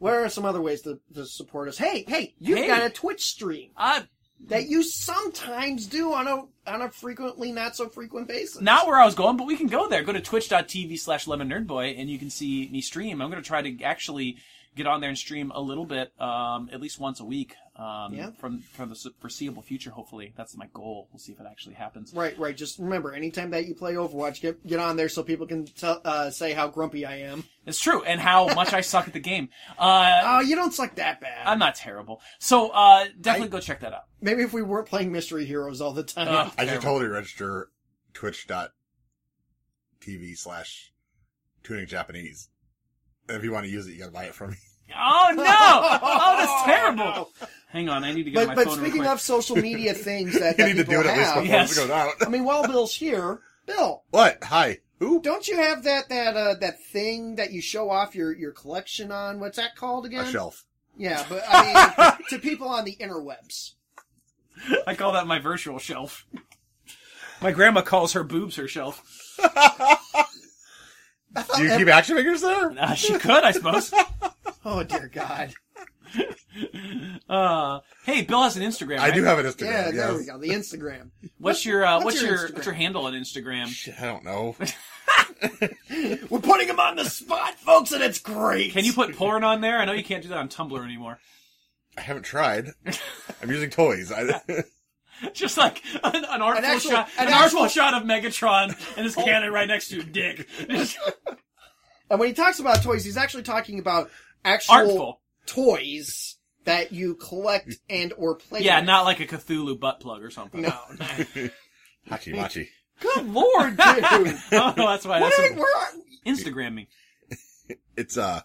[SPEAKER 4] What are some other ways to, to support us? Hey, hey, you've
[SPEAKER 5] Hey.
[SPEAKER 4] got a Twitch stream.
[SPEAKER 5] Uh,
[SPEAKER 4] that you sometimes do on a on a frequently not so frequent basis.
[SPEAKER 5] Not where I was going, but we can go there. Go to twitch.tv slash lemon nerdboy and you can see me stream. I'm going to try to actually get on there and stream a little bit, um, at least once a week, um,
[SPEAKER 4] Yeah.
[SPEAKER 5] from, from the foreseeable future, hopefully. That's my goal. We'll see if it actually happens.
[SPEAKER 4] Right, right. Just remember, anytime that you play Overwatch, get get on there so people can tell, uh, say how grumpy I am.
[SPEAKER 5] It's true. And how much I suck at the game. Uh,
[SPEAKER 4] Oh, you don't suck that bad.
[SPEAKER 5] I'm not terrible. So, uh, definitely
[SPEAKER 4] I-
[SPEAKER 5] go check that out.
[SPEAKER 4] Maybe if we weren't playing Mystery Heroes all the time.
[SPEAKER 5] Ugh.
[SPEAKER 3] I should
[SPEAKER 5] Terrible.
[SPEAKER 3] totally register twitch.tv slash tuning Japanese. And if you want to use it, you gotta buy it from me.
[SPEAKER 5] Oh no! Oh, that's terrible. Hang on, I need to get
[SPEAKER 4] but
[SPEAKER 5] my
[SPEAKER 4] but
[SPEAKER 5] phone. real
[SPEAKER 4] speaking
[SPEAKER 5] quick.
[SPEAKER 4] of social media things that,
[SPEAKER 3] You
[SPEAKER 4] that
[SPEAKER 3] need to
[SPEAKER 4] people
[SPEAKER 3] do it at least
[SPEAKER 4] have,
[SPEAKER 3] before
[SPEAKER 5] Yes.
[SPEAKER 3] it goes out.
[SPEAKER 4] I mean, while Bill's here, Bill,
[SPEAKER 3] What? Hi. Who?
[SPEAKER 4] don't you have that that uh, that thing that you show off your your collection on? What's that called again?
[SPEAKER 3] A shelf.
[SPEAKER 4] Yeah, but I mean, to people on the interwebs.
[SPEAKER 5] I call that my virtual shelf. My grandma calls her boobs her shelf.
[SPEAKER 3] Do you keep action figures there?
[SPEAKER 5] Uh, she could, I suppose.
[SPEAKER 4] Oh dear God!
[SPEAKER 5] Uh, hey, Bill has an Instagram.
[SPEAKER 3] I
[SPEAKER 5] right?
[SPEAKER 3] do have an Instagram.
[SPEAKER 4] Yeah, there we
[SPEAKER 3] yes.
[SPEAKER 4] go. The Instagram.
[SPEAKER 5] What's your uh,
[SPEAKER 4] What's
[SPEAKER 5] what's,
[SPEAKER 4] your
[SPEAKER 5] your,
[SPEAKER 4] Instagram?
[SPEAKER 5] what's your handle on Instagram?
[SPEAKER 3] Shit, I don't know.
[SPEAKER 4] We're putting him on the spot, folks, and it's great.
[SPEAKER 5] Can you put porn on there? I know you can't do that on Tumblr anymore.
[SPEAKER 3] I haven't tried. I'm using toys. I,
[SPEAKER 5] Just like an, an artful
[SPEAKER 4] actual-
[SPEAKER 5] shot,
[SPEAKER 4] an
[SPEAKER 5] an,
[SPEAKER 4] actual- Oh.
[SPEAKER 5] artful shot of Megatron and his cannon right next to your dick.
[SPEAKER 4] And when he talks about toys, he's actually talking about actual
[SPEAKER 5] Artful.
[SPEAKER 4] toys that you collect and or play.
[SPEAKER 5] Yeah,
[SPEAKER 4] with.
[SPEAKER 5] not like a Cthulhu butt plug or something.
[SPEAKER 4] no. no.
[SPEAKER 3] hachi machi.
[SPEAKER 5] Good lord, dude.
[SPEAKER 4] Dude,
[SPEAKER 5] oh, that's why.
[SPEAKER 4] what
[SPEAKER 5] That's
[SPEAKER 4] are we-
[SPEAKER 5] what,
[SPEAKER 4] we're-
[SPEAKER 5] Instagram me.
[SPEAKER 3] It's uh,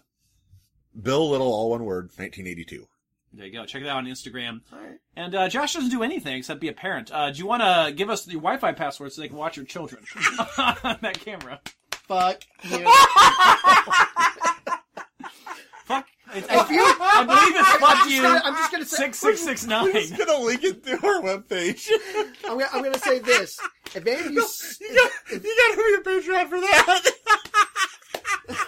[SPEAKER 3] Bill Little, all one word, 1982.
[SPEAKER 5] There you go. Check it out on Instagram.
[SPEAKER 4] Alright.
[SPEAKER 5] And uh, Josh doesn't do anything except be a parent. Uh, do you want to give us your Wi-Fi password so they can watch your children on that camera?
[SPEAKER 4] Fuck you.
[SPEAKER 5] Fuck. It's,
[SPEAKER 4] If you-
[SPEAKER 5] I believe it's fuck
[SPEAKER 4] just
[SPEAKER 5] you.
[SPEAKER 4] gonna- I'm just gonna say-
[SPEAKER 5] six six six nine.
[SPEAKER 3] Just gonna link it through our webpage. you,
[SPEAKER 4] I'm gonna, I'm gonna say this. If any of you, s-
[SPEAKER 3] gotta, you gotta be a Patreon for that.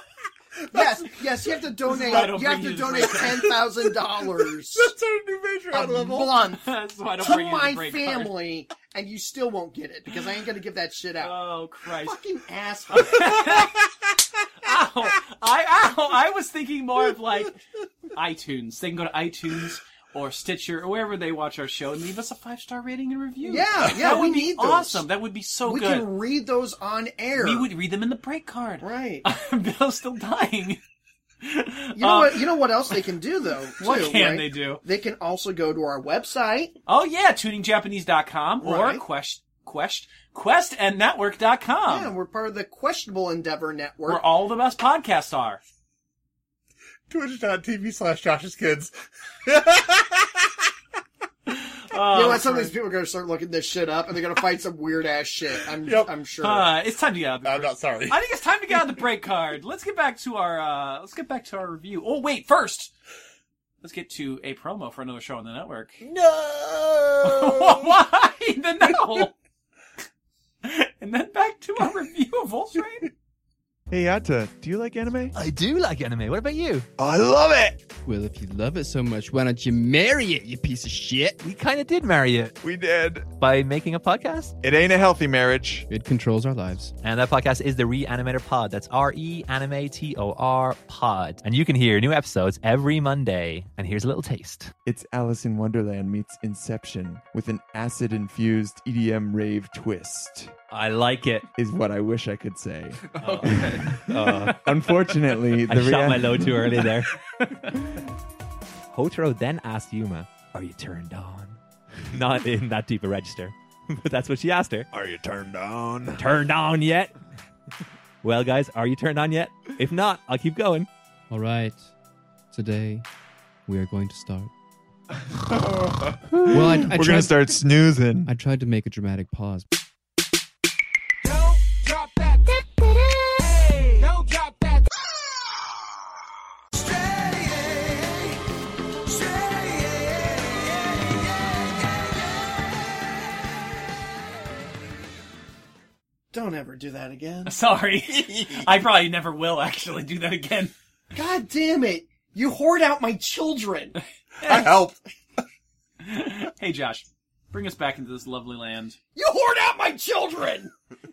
[SPEAKER 4] yes, yes, you have to donate.
[SPEAKER 5] why I don't
[SPEAKER 4] You have
[SPEAKER 5] bring
[SPEAKER 4] to
[SPEAKER 5] you to
[SPEAKER 4] donate
[SPEAKER 5] break
[SPEAKER 4] ten thousand dollars
[SPEAKER 3] That's our new Patreon
[SPEAKER 4] a
[SPEAKER 3] level.
[SPEAKER 4] month
[SPEAKER 5] That's why I don't
[SPEAKER 4] to
[SPEAKER 5] bring you the
[SPEAKER 4] my
[SPEAKER 5] break card.
[SPEAKER 4] family, and you still won't get it because I ain't gonna give that shit out.
[SPEAKER 5] Oh Christ!
[SPEAKER 4] Fucking asshole.
[SPEAKER 5] Ow! I ow! I was thinking more of like iTunes. They can go to iTunes or Stitcher or wherever they watch our show and leave us a five star rating and review.
[SPEAKER 4] Yeah, yeah,
[SPEAKER 5] that
[SPEAKER 4] we
[SPEAKER 5] would be
[SPEAKER 4] need those.
[SPEAKER 5] awesome. That would be so
[SPEAKER 4] we
[SPEAKER 5] good.
[SPEAKER 4] can read those on air.
[SPEAKER 5] We would read them in the break card.
[SPEAKER 4] right.
[SPEAKER 5] Bill's still dying.
[SPEAKER 4] You know what? You know what else they can do though.
[SPEAKER 5] Um, What
[SPEAKER 4] too,
[SPEAKER 5] can
[SPEAKER 4] right?
[SPEAKER 5] they do?
[SPEAKER 4] They can also go to our website.
[SPEAKER 5] Oh yeah, tuningjapanese.com or
[SPEAKER 4] Right.
[SPEAKER 5] quest quest questandnetwork.com.
[SPEAKER 4] yeah, we're part of the Questionable Endeavor Network.
[SPEAKER 5] where Um, all the best podcasts are.
[SPEAKER 3] Twitch.tv slash Josh's Kids.
[SPEAKER 4] you know what? Some of these people are going to start looking this shit up, and they're going to find some weird ass shit. I'm,
[SPEAKER 3] Yep.
[SPEAKER 4] I'm sure.
[SPEAKER 5] Uh, it's time to get out. Of the
[SPEAKER 3] I'm not sorry.
[SPEAKER 5] I think it's time to get out of the break card. Let's get back to our uh, let's get back to our review. Oh wait, first let's get to a promo for another show on the network.
[SPEAKER 3] No!
[SPEAKER 5] Why the no? and then back to our review of Voltrain.
[SPEAKER 6] Hey Atta, do you like anime?
[SPEAKER 7] I do like anime. What about you?
[SPEAKER 6] I love it!
[SPEAKER 8] Well, if you love it so much, why don't you marry it, you piece of shit?
[SPEAKER 7] We kind of did marry it
[SPEAKER 6] We did.
[SPEAKER 7] by making a podcast.
[SPEAKER 6] It ain't a healthy marriage.
[SPEAKER 8] It controls our lives.
[SPEAKER 7] And that podcast is the Reanimator Pod. That's R E Anime T O R Pod. And you can hear new episodes every Monday. And here's a little taste.
[SPEAKER 6] It's Alice in Wonderland meets Inception with an acid infused EDM rave twist,
[SPEAKER 7] I like it.
[SPEAKER 6] is what I wish I could say.
[SPEAKER 7] Okay. Uh,
[SPEAKER 6] Unfortunately, the
[SPEAKER 7] I shot
[SPEAKER 6] rea-
[SPEAKER 7] my load too early there. Hotaro then asked Yuma, Are you turned on? Not in that deep a register, but that's what she asked her.
[SPEAKER 6] Are you turned on?
[SPEAKER 7] Turned on yet? well, guys, are you turned on yet? If not, I'll keep going.
[SPEAKER 8] All right. Today, we are going to start. well, I, I
[SPEAKER 6] We're
[SPEAKER 8] tried,
[SPEAKER 6] gonna start snoozing.
[SPEAKER 8] I tried to make a dramatic pause.
[SPEAKER 4] Don't ever do that again.
[SPEAKER 5] Sorry, I probably never will actually do that again.
[SPEAKER 4] God damn it. You hoard out my children.
[SPEAKER 3] I helped.
[SPEAKER 5] Hey Josh, Bring us back into this lovely land.
[SPEAKER 4] You hoard out my children!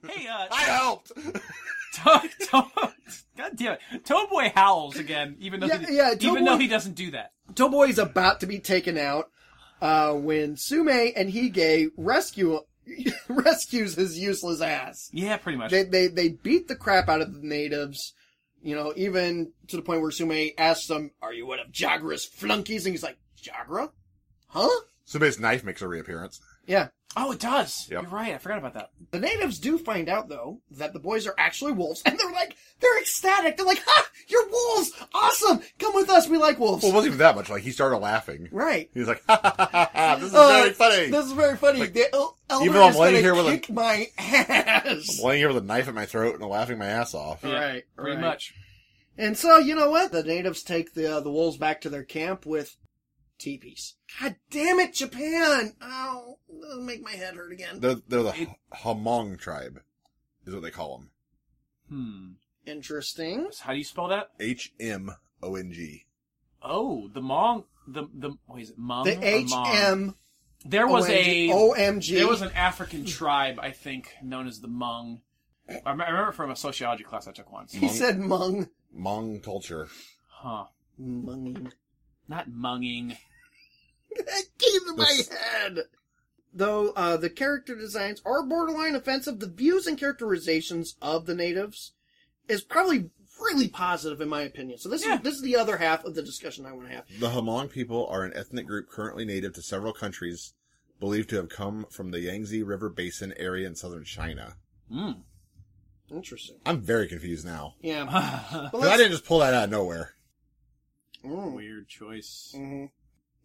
[SPEAKER 5] Hey, uh,
[SPEAKER 3] I helped.
[SPEAKER 5] Toad, Toad, God damn it. Toad Boy howls again, even though,
[SPEAKER 4] Yeah,
[SPEAKER 5] he,
[SPEAKER 4] yeah, Toad
[SPEAKER 5] even though
[SPEAKER 4] Boy-
[SPEAKER 5] he doesn't do that.
[SPEAKER 4] Doughboy is about to be taken out uh, when Sume and Hige rescue rescues his useless ass.
[SPEAKER 5] Yeah, pretty much.
[SPEAKER 4] They they they beat the crap out of the natives, you know, even to the point where Sume asks them, "Are you one of Jagra's flunkies?" And he's like, "Jagra, huh?"
[SPEAKER 3] Somebody's knife makes a reappearance.
[SPEAKER 4] Yeah.
[SPEAKER 5] oh, it does.
[SPEAKER 3] Yep.
[SPEAKER 5] You're right. I forgot about that.
[SPEAKER 4] The natives do find out though that the boys are actually wolves, and they're like, they're ecstatic. They're like, "Ha! You're wolves! Awesome! Come with us. We like wolves."
[SPEAKER 3] Well, it wasn't even that much. Like he started laughing.
[SPEAKER 4] right.
[SPEAKER 3] He was like, ha, ha, ha, ha, "This is
[SPEAKER 4] Oh,
[SPEAKER 3] very funny."
[SPEAKER 4] This is very funny. the el- elder
[SPEAKER 3] even though I'm
[SPEAKER 4] is
[SPEAKER 3] laying here
[SPEAKER 4] gonna
[SPEAKER 3] with a-
[SPEAKER 4] kick my ass.
[SPEAKER 3] Laying here with a knife at my throat and laughing my ass off.
[SPEAKER 5] Yeah,
[SPEAKER 4] Right,
[SPEAKER 5] Pretty
[SPEAKER 4] right.
[SPEAKER 5] much.
[SPEAKER 4] And so you know what? The natives take the uh, the wolves back to their camp with teepees. God damn it, Japan! Oh, that'll make my head hurt again.
[SPEAKER 3] They're they're the Hamong tribe, is what they call them.
[SPEAKER 5] Hmm.
[SPEAKER 4] Interesting.
[SPEAKER 5] So how do you spell that?
[SPEAKER 3] H M O N G.
[SPEAKER 5] Oh, the Mong, the, the, what is it? Mong?
[SPEAKER 4] The H M
[SPEAKER 5] There
[SPEAKER 4] O
[SPEAKER 5] was
[SPEAKER 4] M G
[SPEAKER 5] a,
[SPEAKER 4] O M G.
[SPEAKER 5] there was an African tribe, I think, known as the Hmong. I rem- I remember from a sociology class I took once.
[SPEAKER 4] He said mung.
[SPEAKER 3] Mong culture.
[SPEAKER 5] Huh.
[SPEAKER 4] Munging.
[SPEAKER 5] Not munging.
[SPEAKER 4] That came to my head. Though uh, the character designs are borderline offensive, the views and characterizations of the natives is probably really positive in my opinion. So this
[SPEAKER 5] Yeah.
[SPEAKER 4] is this is the other half of the discussion I want to have.
[SPEAKER 3] The Hmong people are an ethnic group currently native to several countries, believed to have come from the Yangtze River Basin area in southern China.
[SPEAKER 5] Mm.
[SPEAKER 4] Interesting.
[SPEAKER 3] I'm very confused now.
[SPEAKER 5] Uh-huh.
[SPEAKER 4] Yeah. But
[SPEAKER 3] 'Cause I
[SPEAKER 4] let's-
[SPEAKER 3] didn't just pull that out of nowhere.
[SPEAKER 4] Mm.
[SPEAKER 5] Weird choice.
[SPEAKER 4] Mhm.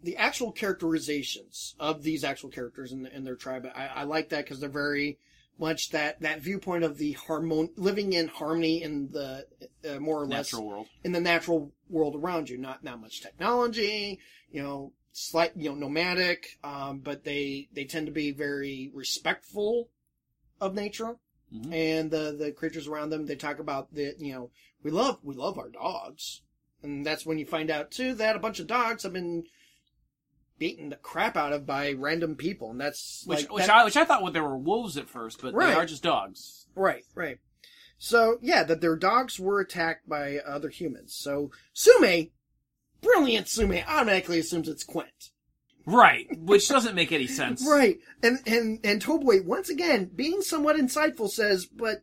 [SPEAKER 4] The actual characterizations of these actual characters in, in their tribe, I, I like that because they're very much that, that viewpoint of the harmon living in harmony in the uh, more or less
[SPEAKER 5] Natural world.
[SPEAKER 4] in the natural world around you. Not not much technology, you know, slight you know nomadic, um, but they they tend to be very respectful of nature
[SPEAKER 5] Mhm.
[SPEAKER 4] and the the creatures around them. They talk about the you know we love we love our dogs, and that's when you find out too that a bunch of dogs have been beaten the crap out of by random people, and that's
[SPEAKER 5] Which,
[SPEAKER 4] like,
[SPEAKER 5] which,
[SPEAKER 4] that-
[SPEAKER 5] I, which I thought well, they were wolves at first, but they
[SPEAKER 4] Right.
[SPEAKER 5] are just dogs.
[SPEAKER 4] Right, right. So yeah, that their dogs were attacked by other humans. So Sume, brilliant Sume, automatically assumes it's Quint.
[SPEAKER 5] Right, which doesn't make any sense.
[SPEAKER 4] Right, and and and Toboy once again being somewhat insightful says, but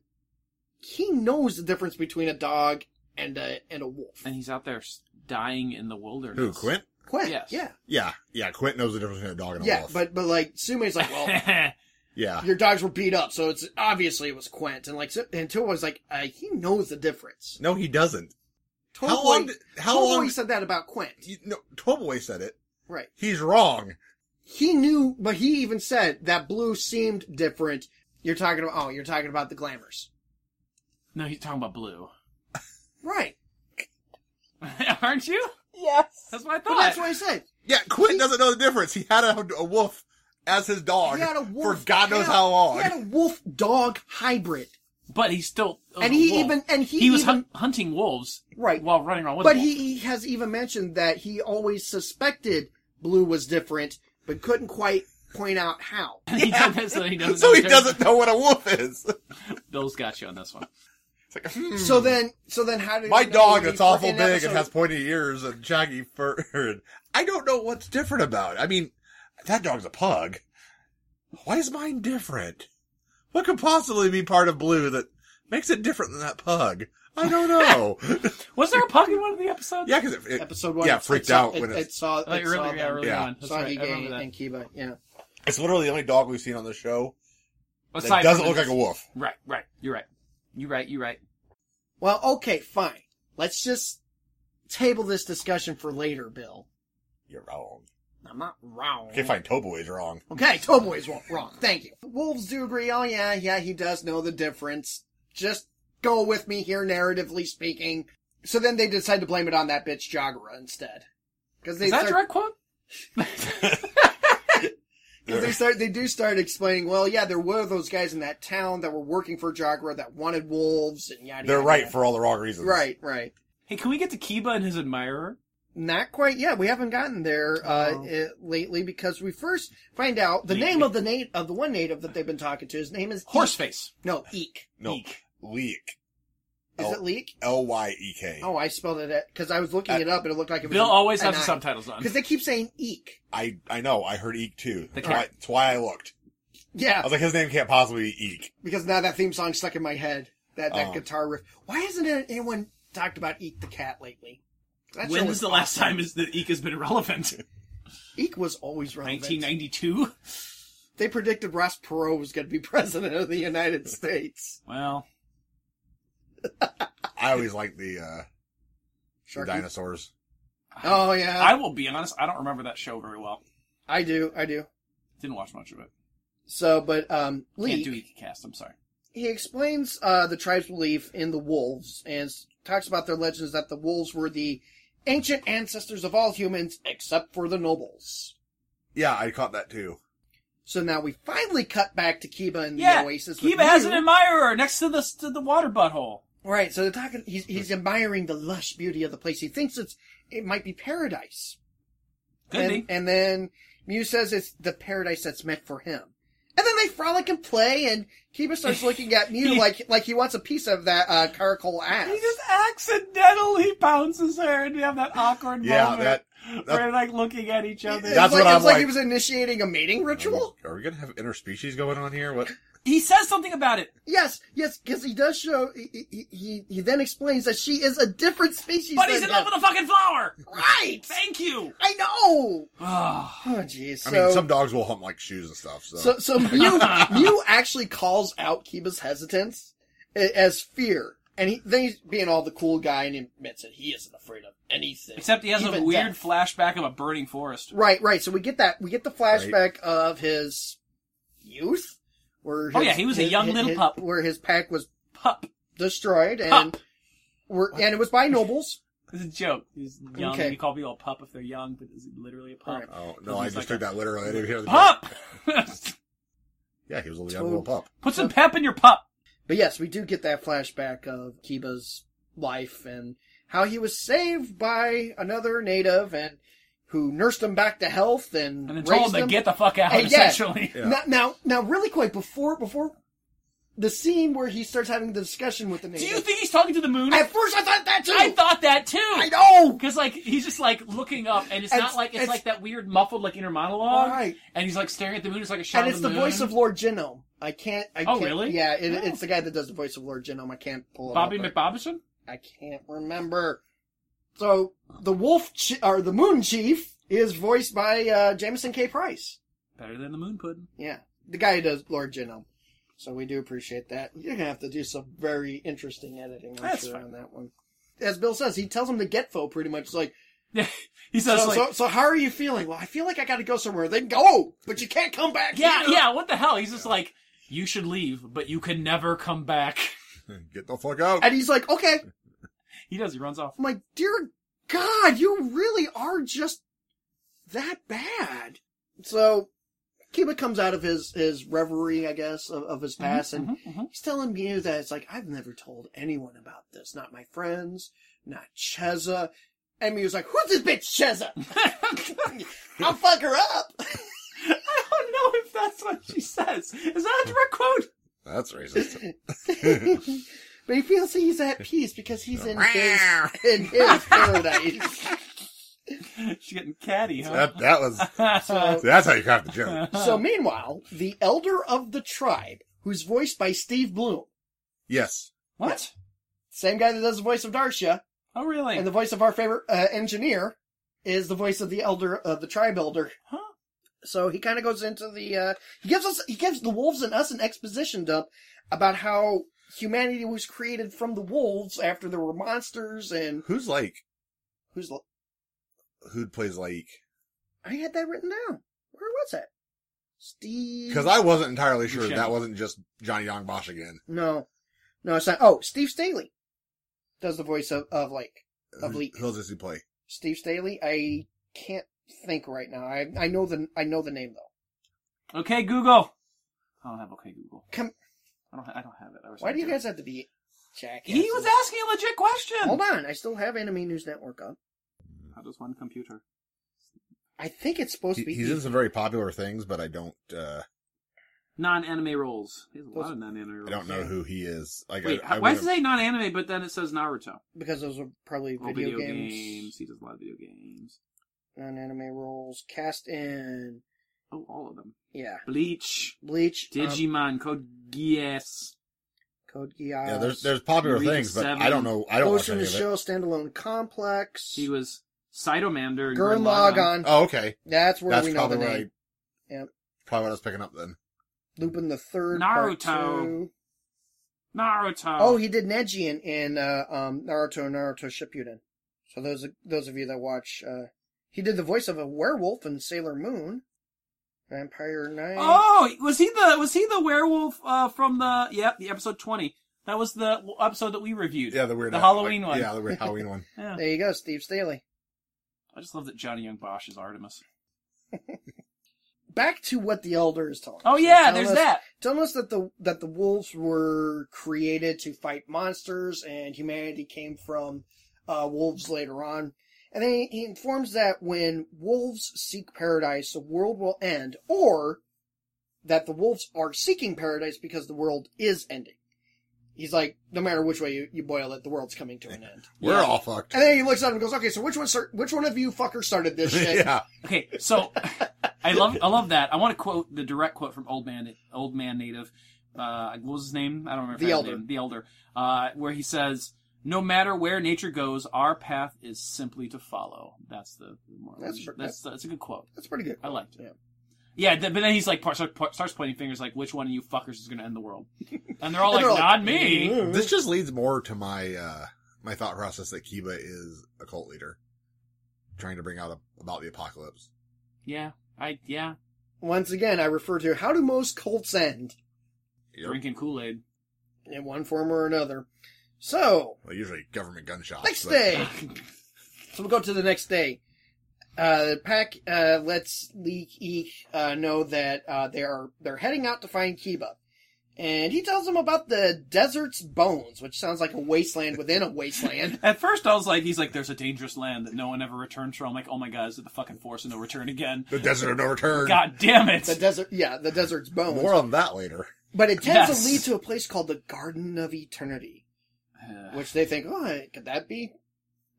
[SPEAKER 4] he knows the difference between a dog and a and a wolf.
[SPEAKER 5] And he's out there s- dying in the wilderness.
[SPEAKER 3] Who, Quint?
[SPEAKER 4] Quint,
[SPEAKER 5] Yes.
[SPEAKER 4] yeah,
[SPEAKER 3] Yeah, yeah, Quint knows the difference between a dog and a
[SPEAKER 4] yeah,
[SPEAKER 3] wolf.
[SPEAKER 4] but but like Sume's like, well,
[SPEAKER 3] yeah,
[SPEAKER 4] your dogs were beat up, so it's obviously it was Quint, and like Su- and Toboy's like, uh, he knows the difference.
[SPEAKER 3] no, he doesn't.
[SPEAKER 4] Toboy,
[SPEAKER 3] how long? did- How
[SPEAKER 4] Toboy
[SPEAKER 3] long?
[SPEAKER 4] said that about Quint,
[SPEAKER 3] you, no, Toboy said it.
[SPEAKER 4] right?
[SPEAKER 3] He's wrong.
[SPEAKER 4] he knew, but he even said that blue seemed different. You're talking about, oh, you're talking about the glamours.
[SPEAKER 5] No, he's talking about blue.
[SPEAKER 4] Right.
[SPEAKER 5] Aren't you?
[SPEAKER 4] Yes.
[SPEAKER 5] That's what I
[SPEAKER 4] But
[SPEAKER 5] thought.
[SPEAKER 4] that's what I said.
[SPEAKER 3] Yeah, Quint doesn't know the difference. He had a, a wolf as his dog
[SPEAKER 4] He had a wolf.
[SPEAKER 3] for God knows
[SPEAKER 4] he had-
[SPEAKER 3] how long.
[SPEAKER 4] He had a wolf dog hybrid.
[SPEAKER 5] But he's still. a
[SPEAKER 4] And he
[SPEAKER 5] wolf.
[SPEAKER 4] even- and he
[SPEAKER 5] was
[SPEAKER 4] even-
[SPEAKER 5] hun- hunting wolves.
[SPEAKER 4] Right.
[SPEAKER 5] While running around with.
[SPEAKER 4] But
[SPEAKER 5] a wolf.
[SPEAKER 4] he, he has even mentioned that he always suspected blue was different, but couldn't quite point out how.
[SPEAKER 5] he doesn't, so he doesn't.
[SPEAKER 3] so
[SPEAKER 5] know
[SPEAKER 3] he
[SPEAKER 5] the
[SPEAKER 3] doesn't know what a wolf is.
[SPEAKER 5] difference. Bill's got you on this one.
[SPEAKER 3] It's like, hmm.
[SPEAKER 4] So then, so then how did
[SPEAKER 3] My
[SPEAKER 4] you know
[SPEAKER 3] dog
[SPEAKER 4] when
[SPEAKER 3] that's
[SPEAKER 4] he-
[SPEAKER 3] awful
[SPEAKER 4] in
[SPEAKER 3] big
[SPEAKER 4] episode-
[SPEAKER 3] and has pointy ears and shaggy fur. and I don't know what's different about it. I mean, that dog's a pug. Why is mine different? What could possibly be part of Blue that makes it different than that pug? I don't know.
[SPEAKER 5] Was there a pug in one of the episodes?
[SPEAKER 3] yeah, because it, it-
[SPEAKER 4] episode one.
[SPEAKER 3] Yeah,
[SPEAKER 4] it-
[SPEAKER 3] freaked
[SPEAKER 4] it saw-
[SPEAKER 3] out when
[SPEAKER 4] it,
[SPEAKER 3] it,
[SPEAKER 4] it saw. It
[SPEAKER 5] Oh, earlier,
[SPEAKER 4] saw
[SPEAKER 5] yeah,
[SPEAKER 4] them.
[SPEAKER 5] earlier
[SPEAKER 3] Yeah.
[SPEAKER 5] on. That's
[SPEAKER 4] saw
[SPEAKER 5] right. I
[SPEAKER 4] Hige
[SPEAKER 5] remember that.
[SPEAKER 4] and Kiba. Yeah.
[SPEAKER 3] it's literally the only dog we've seen on the show that
[SPEAKER 5] Aside
[SPEAKER 3] doesn't
[SPEAKER 5] from
[SPEAKER 3] look
[SPEAKER 5] this-
[SPEAKER 3] like a wolf.
[SPEAKER 5] Right, right. You're right. You're right. You're right.
[SPEAKER 4] Well, okay, fine. Let's just table this discussion for later, Bill.
[SPEAKER 3] You're wrong.
[SPEAKER 4] I'm not wrong.
[SPEAKER 3] Okay, fine. Toboy's wrong.
[SPEAKER 4] Okay, Toboy's wrong. wrong. Thank you. Wolves do agree. Oh yeah, yeah, he does know the difference. Just go with me here, narratively speaking. So then they decide to blame it on that bitch Jagara instead. Because they
[SPEAKER 5] Is that
[SPEAKER 4] start,
[SPEAKER 5] direct quote?
[SPEAKER 4] 'cause they start they do start explaining. Well, yeah, there were those guys in that town that were working for Jagara that wanted wolves and yada.
[SPEAKER 3] They're
[SPEAKER 4] yada,
[SPEAKER 3] right
[SPEAKER 4] yada.
[SPEAKER 3] for all the wrong reasons.
[SPEAKER 4] right, right.
[SPEAKER 5] Hey, can we get to Kiba and his admirer?
[SPEAKER 4] Not quite yet. We haven't gotten there uh, eh, lately because we first find out the name of the na- of the one native that they've been talking to. His name is Eek.
[SPEAKER 5] Horseface.
[SPEAKER 4] No, Eek.
[SPEAKER 3] No,
[SPEAKER 5] Eek.
[SPEAKER 3] leak.
[SPEAKER 4] Is
[SPEAKER 3] Oh.
[SPEAKER 4] it Leek?
[SPEAKER 3] L y e k.
[SPEAKER 4] Oh, I spelled it because I was looking it up and it looked like it was.
[SPEAKER 5] Bill Uh, always has the subtitles on.
[SPEAKER 4] because they keep saying Eek.
[SPEAKER 3] I I know. I heard eek too.
[SPEAKER 5] The
[SPEAKER 3] That's why,
[SPEAKER 5] cat.
[SPEAKER 3] that's why I looked. I
[SPEAKER 4] Yeah,
[SPEAKER 3] was like, his name can't possibly be eek.
[SPEAKER 4] because now that theme song stuck in my head. That that
[SPEAKER 3] Oh.
[SPEAKER 4] guitar riff. Why hasn't anyone talked about Eek the cat lately? That's
[SPEAKER 5] When was the last time is that Eek has been relevant?
[SPEAKER 4] Eek was always relevant.
[SPEAKER 5] 1992.
[SPEAKER 4] They predicted Ross Perot was going to be president of the United States.
[SPEAKER 5] Well,
[SPEAKER 3] I always liked the uh the
[SPEAKER 4] Sharky?
[SPEAKER 3] dinosaurs.
[SPEAKER 4] Oh yeah,
[SPEAKER 5] I will be honest. I don't remember that show very well.
[SPEAKER 4] I do, I do.
[SPEAKER 5] Didn't watch much of it.
[SPEAKER 4] So, but um,
[SPEAKER 5] Can't
[SPEAKER 4] Lee
[SPEAKER 5] do Eek cast. I'm sorry.
[SPEAKER 4] he explains uh, the tribe's belief in the wolves and s- talks about their legends that the wolves were the ancient ancestors of all humans except for the nobles.
[SPEAKER 3] Yeah, I caught that too.
[SPEAKER 4] So now we finally cut back to Kiba and
[SPEAKER 5] Yeah,
[SPEAKER 4] the oasis. with
[SPEAKER 5] Kiba has
[SPEAKER 4] Ryu.
[SPEAKER 5] an admirer next to the to the water butthole.
[SPEAKER 4] right. So they're talking. He's he's admiring the lush beauty of the place. He thinks it's it might be paradise.
[SPEAKER 5] Could
[SPEAKER 4] and,
[SPEAKER 5] be.
[SPEAKER 4] and then Mew says it's the paradise that's meant for him. And then they frolic and play, and Kiba starts looking at Mew
[SPEAKER 5] He-
[SPEAKER 4] like like he wants a piece of that uh, caracol ass.
[SPEAKER 5] He just accidentally pounces her, and we have that awkward
[SPEAKER 3] Yeah,
[SPEAKER 5] moment
[SPEAKER 3] that- that-
[SPEAKER 5] where like looking at each other.
[SPEAKER 4] It's
[SPEAKER 3] That's
[SPEAKER 4] like,
[SPEAKER 3] what I'm
[SPEAKER 4] it's like, he
[SPEAKER 3] like.
[SPEAKER 4] was initiating a mating ritual.
[SPEAKER 3] Are we gonna have interspecies going on here? What?
[SPEAKER 5] He says something about it,
[SPEAKER 4] Yes, yes, because he does show. He, he- he he then explains that she is a different species.
[SPEAKER 5] but he's in
[SPEAKER 4] than
[SPEAKER 5] love
[SPEAKER 4] him.
[SPEAKER 5] with a fucking flower.
[SPEAKER 4] right.
[SPEAKER 5] Thank you.
[SPEAKER 4] I know.
[SPEAKER 5] Ah,
[SPEAKER 4] Oh jeez.
[SPEAKER 3] I
[SPEAKER 4] So,
[SPEAKER 3] mean, some dogs will hump like shoes and stuff. So,
[SPEAKER 4] so so Mew Mew actually calls out Kiba's hesitance a- as fear, and he then he's being all the cool guy and he admits it. He isn't afraid of anything.
[SPEAKER 5] except he has a
[SPEAKER 4] even
[SPEAKER 5] weird
[SPEAKER 4] death.
[SPEAKER 5] flashback of a burning forest.
[SPEAKER 4] Right, right. So we get that. We get the flashback of his youth. Where
[SPEAKER 5] Oh,
[SPEAKER 4] his-
[SPEAKER 5] yeah, he was a
[SPEAKER 4] his-
[SPEAKER 5] young
[SPEAKER 4] his-
[SPEAKER 5] little
[SPEAKER 4] his-
[SPEAKER 5] pup.
[SPEAKER 4] Where his pack was
[SPEAKER 5] Pup.
[SPEAKER 4] destroyed and
[SPEAKER 5] Pup.
[SPEAKER 4] were and it was by nobles.
[SPEAKER 5] It's a joke. He's young.
[SPEAKER 4] Okay.
[SPEAKER 5] You call people a pup if they're young, but is he literally a pup?
[SPEAKER 3] oh no, I
[SPEAKER 5] He's
[SPEAKER 3] just
[SPEAKER 5] like
[SPEAKER 3] took
[SPEAKER 5] a-
[SPEAKER 3] that literally. I didn't hear the
[SPEAKER 5] Pup.
[SPEAKER 3] Yeah, he was a young little pup.
[SPEAKER 5] Put some pep in your pup.
[SPEAKER 4] But yes, we do get that flashback of Kiba's life and how he was saved by another native and who nursed him back to health and,
[SPEAKER 5] And then
[SPEAKER 4] raised
[SPEAKER 5] told him to get the fuck out,
[SPEAKER 4] Hey, yeah.
[SPEAKER 5] essentially.
[SPEAKER 3] Yeah.
[SPEAKER 4] Now, now, now, really quick before before the scene where he starts having the discussion with the native.
[SPEAKER 5] Do you think he's talking to the moon?
[SPEAKER 4] At first, I thought that too.
[SPEAKER 5] I thought that too.
[SPEAKER 4] I know.
[SPEAKER 5] Because like he's just like looking up, and it's
[SPEAKER 4] It's-
[SPEAKER 5] not like it's,
[SPEAKER 4] it's-
[SPEAKER 5] like that weird muffled like inner monologue,
[SPEAKER 4] Right.
[SPEAKER 5] and he's like staring at the moon. It's like a shot
[SPEAKER 4] And
[SPEAKER 5] of
[SPEAKER 4] it's the
[SPEAKER 5] moon.
[SPEAKER 4] voice of Lord Genome. I can't. I
[SPEAKER 5] Oh,
[SPEAKER 4] can't,
[SPEAKER 5] really?
[SPEAKER 4] Yeah, it,
[SPEAKER 5] Oh.
[SPEAKER 4] it's the guy that does the voice of Lord Genome. I can't pull it.
[SPEAKER 5] Bobby
[SPEAKER 4] up, but-
[SPEAKER 5] McBobison.
[SPEAKER 4] I can't remember. So the wolf chi- or the moon chief is voiced by uh, Jameson K. Price.
[SPEAKER 5] Better than the moon pudding.
[SPEAKER 4] Yeah, the guy who does Lord Genome. So we do appreciate that. You're gonna have to do some very interesting editing, I'm
[SPEAKER 5] That's
[SPEAKER 4] sure,
[SPEAKER 5] fine.
[SPEAKER 4] on that one. As Bill says, he tells him to get fo pretty much like
[SPEAKER 5] he says
[SPEAKER 4] so,
[SPEAKER 5] like,
[SPEAKER 4] so. So how are you feeling? Well, I feel like I got to go somewhere. Then go, but you can't come back.
[SPEAKER 5] yeah,
[SPEAKER 4] here."
[SPEAKER 5] yeah. What the hell? He's just like, you should leave, but you can never come back.
[SPEAKER 3] Get the fuck out!
[SPEAKER 4] And he's like, okay,
[SPEAKER 5] He does. He runs off.
[SPEAKER 4] I'm like, dear God, you really are just that bad. So Kiba comes out of his, his reverie, I guess, of, of his past, and he's telling Mew that it's like, I've never told anyone about this. Not my friends, not Cheza. And Mew's like, who's this bitch Cheza? I'll fuck her up.
[SPEAKER 5] I don't know if that's what she says. Is that a direct quote?
[SPEAKER 3] That's racist.
[SPEAKER 4] but he feels he's at peace because he's in his, in his paradise.
[SPEAKER 5] She's getting catty, huh?
[SPEAKER 3] that that was.
[SPEAKER 4] So,
[SPEAKER 3] That's how you caught the joke.
[SPEAKER 4] So meanwhile, the elder of the tribe, who's voiced by Steve Bloom,
[SPEAKER 3] Yes.
[SPEAKER 5] what?
[SPEAKER 4] same guy that does the voice of Darsha,
[SPEAKER 5] Oh, really?
[SPEAKER 4] and the voice of our favorite uh, engineer, is the voice of the elder of the tribe elder.
[SPEAKER 5] Huh?
[SPEAKER 4] So he kind of goes into the uh, he gives us he gives the wolves and us an exposition dump about how humanity was created from the wolves after there were monsters and
[SPEAKER 3] Who's like?
[SPEAKER 4] who's l-
[SPEAKER 3] Who plays like?
[SPEAKER 4] I had that written down. Where was it? Steve.
[SPEAKER 3] Because I wasn't entirely sure
[SPEAKER 5] Michelle.
[SPEAKER 3] that wasn't just Johnny Young Bosch again.
[SPEAKER 4] no no it's not. Oh, Steve Staley does the voice of of like Of
[SPEAKER 3] Who,
[SPEAKER 4] Leek.
[SPEAKER 3] who else does he play?
[SPEAKER 4] Steve Staley. I can't think right now. I I know the I know the name though.
[SPEAKER 5] Okay, Google. I don't have okay Google.
[SPEAKER 4] Come,
[SPEAKER 5] I don't. Ha- I don't have it. I was
[SPEAKER 4] why do you
[SPEAKER 5] thinking-
[SPEAKER 4] guys have to be jackasses?
[SPEAKER 5] He was asking a legit question.
[SPEAKER 4] Hold on, I still have Anime News Network up.
[SPEAKER 5] How does one computer?
[SPEAKER 4] I think it's supposed
[SPEAKER 3] He,
[SPEAKER 4] to be. E
[SPEAKER 3] he's in some very popular things, but I don't, uh,
[SPEAKER 5] Non-anime roles. He has a lot of non-anime roles.
[SPEAKER 3] I don't know who he is. Like,
[SPEAKER 5] Wait,
[SPEAKER 3] I, I
[SPEAKER 5] why does it
[SPEAKER 3] wouldn't-
[SPEAKER 5] say non-anime, but then it says Naruto?
[SPEAKER 4] because those are probably
[SPEAKER 5] All
[SPEAKER 4] video, games,
[SPEAKER 5] He does a lot of video games.
[SPEAKER 4] non anime roles, cast in,
[SPEAKER 5] Oh, all of them.
[SPEAKER 4] yeah,
[SPEAKER 5] Bleach,
[SPEAKER 4] Bleach, um,
[SPEAKER 5] Digimon, Code Geass.
[SPEAKER 4] Code Geass,
[SPEAKER 3] Yeah, there's there's popular
[SPEAKER 5] Eureka
[SPEAKER 3] things, but I
[SPEAKER 5] Seven,
[SPEAKER 3] don't know. I don't watch
[SPEAKER 4] Ocean
[SPEAKER 3] any
[SPEAKER 4] to
[SPEAKER 3] of it.
[SPEAKER 4] Show standalone complex.
[SPEAKER 5] He was Cytomander. and
[SPEAKER 4] Gurren
[SPEAKER 5] Gurren
[SPEAKER 4] Lagann.
[SPEAKER 3] Oh, okay.
[SPEAKER 4] That's where
[SPEAKER 3] That's
[SPEAKER 4] we know
[SPEAKER 3] probably
[SPEAKER 4] the name.
[SPEAKER 3] what I,
[SPEAKER 4] Yep.
[SPEAKER 3] probably what I was picking up then.
[SPEAKER 4] Lupin the Third.
[SPEAKER 5] Naruto.
[SPEAKER 4] Part two.
[SPEAKER 5] Naruto.
[SPEAKER 4] Oh, he did Nejian in uh, um, Naruto and Naruto Shippuden. So those those of you that watch, uh, he did the voice of a werewolf in Sailor Moon, Vampire Knight.
[SPEAKER 5] Oh, was he the was he the werewolf uh, from the yep the episode twenty? That was the episode that we reviewed.
[SPEAKER 3] Yeah, the weird
[SPEAKER 5] the
[SPEAKER 3] like-
[SPEAKER 5] Halloween one.
[SPEAKER 3] Yeah, the weird Halloween one.
[SPEAKER 5] Yeah.
[SPEAKER 4] There you go, Steve Staley.
[SPEAKER 5] I just love that Johnny Young Bosch is Artemis.
[SPEAKER 4] Back to what the elder is telling.
[SPEAKER 5] Oh
[SPEAKER 4] us.
[SPEAKER 5] yeah,
[SPEAKER 4] Telling
[SPEAKER 5] there's
[SPEAKER 4] us-
[SPEAKER 5] that.
[SPEAKER 4] Telling us that the that the wolves were created to fight monsters, and humanity came from uh, wolves later on. And then he, he informs that when wolves seek paradise, the world will end, or that the wolves are seeking paradise because the world is ending. He's like, no matter which way you, you boil it, the world's coming to an end.
[SPEAKER 3] We're all fucked.
[SPEAKER 4] And then he looks up and goes, okay, so which one start, which one of you fuckers started this shit?
[SPEAKER 3] yeah.
[SPEAKER 5] Okay, so I love I love that. I want to quote the direct quote from Old Man Old Man Native. Uh, what was his name? I don't remember.
[SPEAKER 4] The
[SPEAKER 5] his
[SPEAKER 4] Elder.
[SPEAKER 5] Name. The Elder. Uh, where he says, "No matter where nature goes, our path is simply to follow." That's the, the moral.
[SPEAKER 4] That's
[SPEAKER 5] That's
[SPEAKER 4] per-
[SPEAKER 5] that's, that's a good quote.
[SPEAKER 4] That's pretty good.
[SPEAKER 5] I liked it.
[SPEAKER 4] Yeah.
[SPEAKER 5] Yeah, th- but then he's like par- start- par- starts pointing fingers, like which one of you fuckers is going to end the world, and they're all
[SPEAKER 4] And
[SPEAKER 5] like,
[SPEAKER 4] they're all
[SPEAKER 5] "Not me."
[SPEAKER 4] Mm-hmm.
[SPEAKER 3] This just leads more to my uh my thought process that Kiba is a cult leader, trying to bring out a, about the apocalypse.
[SPEAKER 5] Yeah, I yeah,
[SPEAKER 4] Once again, I refer to how do most cults end
[SPEAKER 3] Yep.
[SPEAKER 5] drinking Kool Aid.
[SPEAKER 4] in one form or another. So
[SPEAKER 3] Well, usually government gunshots.
[SPEAKER 4] next
[SPEAKER 3] but-
[SPEAKER 4] day, so we'll go to the next day. Uh, Pack uh, lets Lee Eek uh, know that uh, they are they're heading out to find Kiba, and he tells them about the desert's bones, which sounds like a wasteland within a wasteland.
[SPEAKER 5] At first, I was like, "He's like, there's a dangerous land that no one ever returns from." I'm like, "Oh my god, is it the fucking force of no return again?"
[SPEAKER 3] The desert of no return.
[SPEAKER 5] God damn it!
[SPEAKER 4] The desert, yeah, the desert's bones.
[SPEAKER 3] More on that later.
[SPEAKER 4] But it tends
[SPEAKER 5] Yes.
[SPEAKER 4] to lead to a place called the Garden of Eternity, which they think, oh, could that be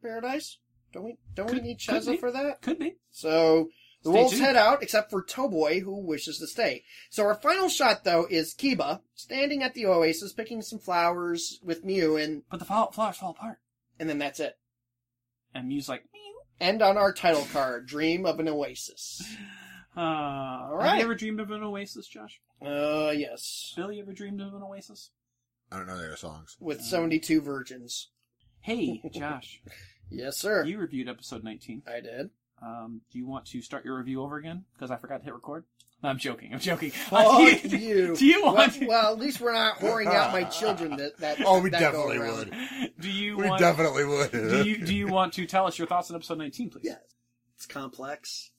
[SPEAKER 4] paradise? Don't we don't we
[SPEAKER 5] Could-
[SPEAKER 4] need
[SPEAKER 5] could be.
[SPEAKER 4] Cheza for that?
[SPEAKER 5] Could be.
[SPEAKER 4] So the
[SPEAKER 5] Stay
[SPEAKER 4] wolves
[SPEAKER 5] tuned.
[SPEAKER 4] head out, except for Toboy, who wishes to stay. So our final shot, though, is Kiba standing at the oasis, picking some flowers with Mew, and
[SPEAKER 5] But the fall- flowers fall apart,
[SPEAKER 4] and then that's it.
[SPEAKER 5] and Mew's like, "Meow."
[SPEAKER 4] And on our title card, "Dream of an Oasis."
[SPEAKER 5] uh, "All right." Have
[SPEAKER 4] right.
[SPEAKER 5] you ever dreamed of an oasis, Josh?
[SPEAKER 4] Uh, yes,
[SPEAKER 5] Billy, ever dreamed of an oasis?
[SPEAKER 3] I don't know their songs.
[SPEAKER 5] Uh,
[SPEAKER 4] with seventy-two virgins.
[SPEAKER 5] Hey, Josh,
[SPEAKER 4] Yes, sir.
[SPEAKER 5] you reviewed episode 19.
[SPEAKER 4] I did.
[SPEAKER 5] Um, do you want to start your review over again? Because I forgot to hit record. No, I'm joking. I'm joking. Uh,
[SPEAKER 4] Fuck
[SPEAKER 5] do
[SPEAKER 4] you.
[SPEAKER 5] Do you
[SPEAKER 4] Well-
[SPEAKER 5] want?
[SPEAKER 4] Well, at least we're not whoring out my children. That that.
[SPEAKER 3] Oh, we
[SPEAKER 4] that
[SPEAKER 3] definitely
[SPEAKER 4] go around.
[SPEAKER 3] would.
[SPEAKER 5] do you
[SPEAKER 3] We
[SPEAKER 5] want?
[SPEAKER 3] definitely would.
[SPEAKER 5] do you do you want to tell us your thoughts on episode 19, please?
[SPEAKER 4] Yeah. It's complex.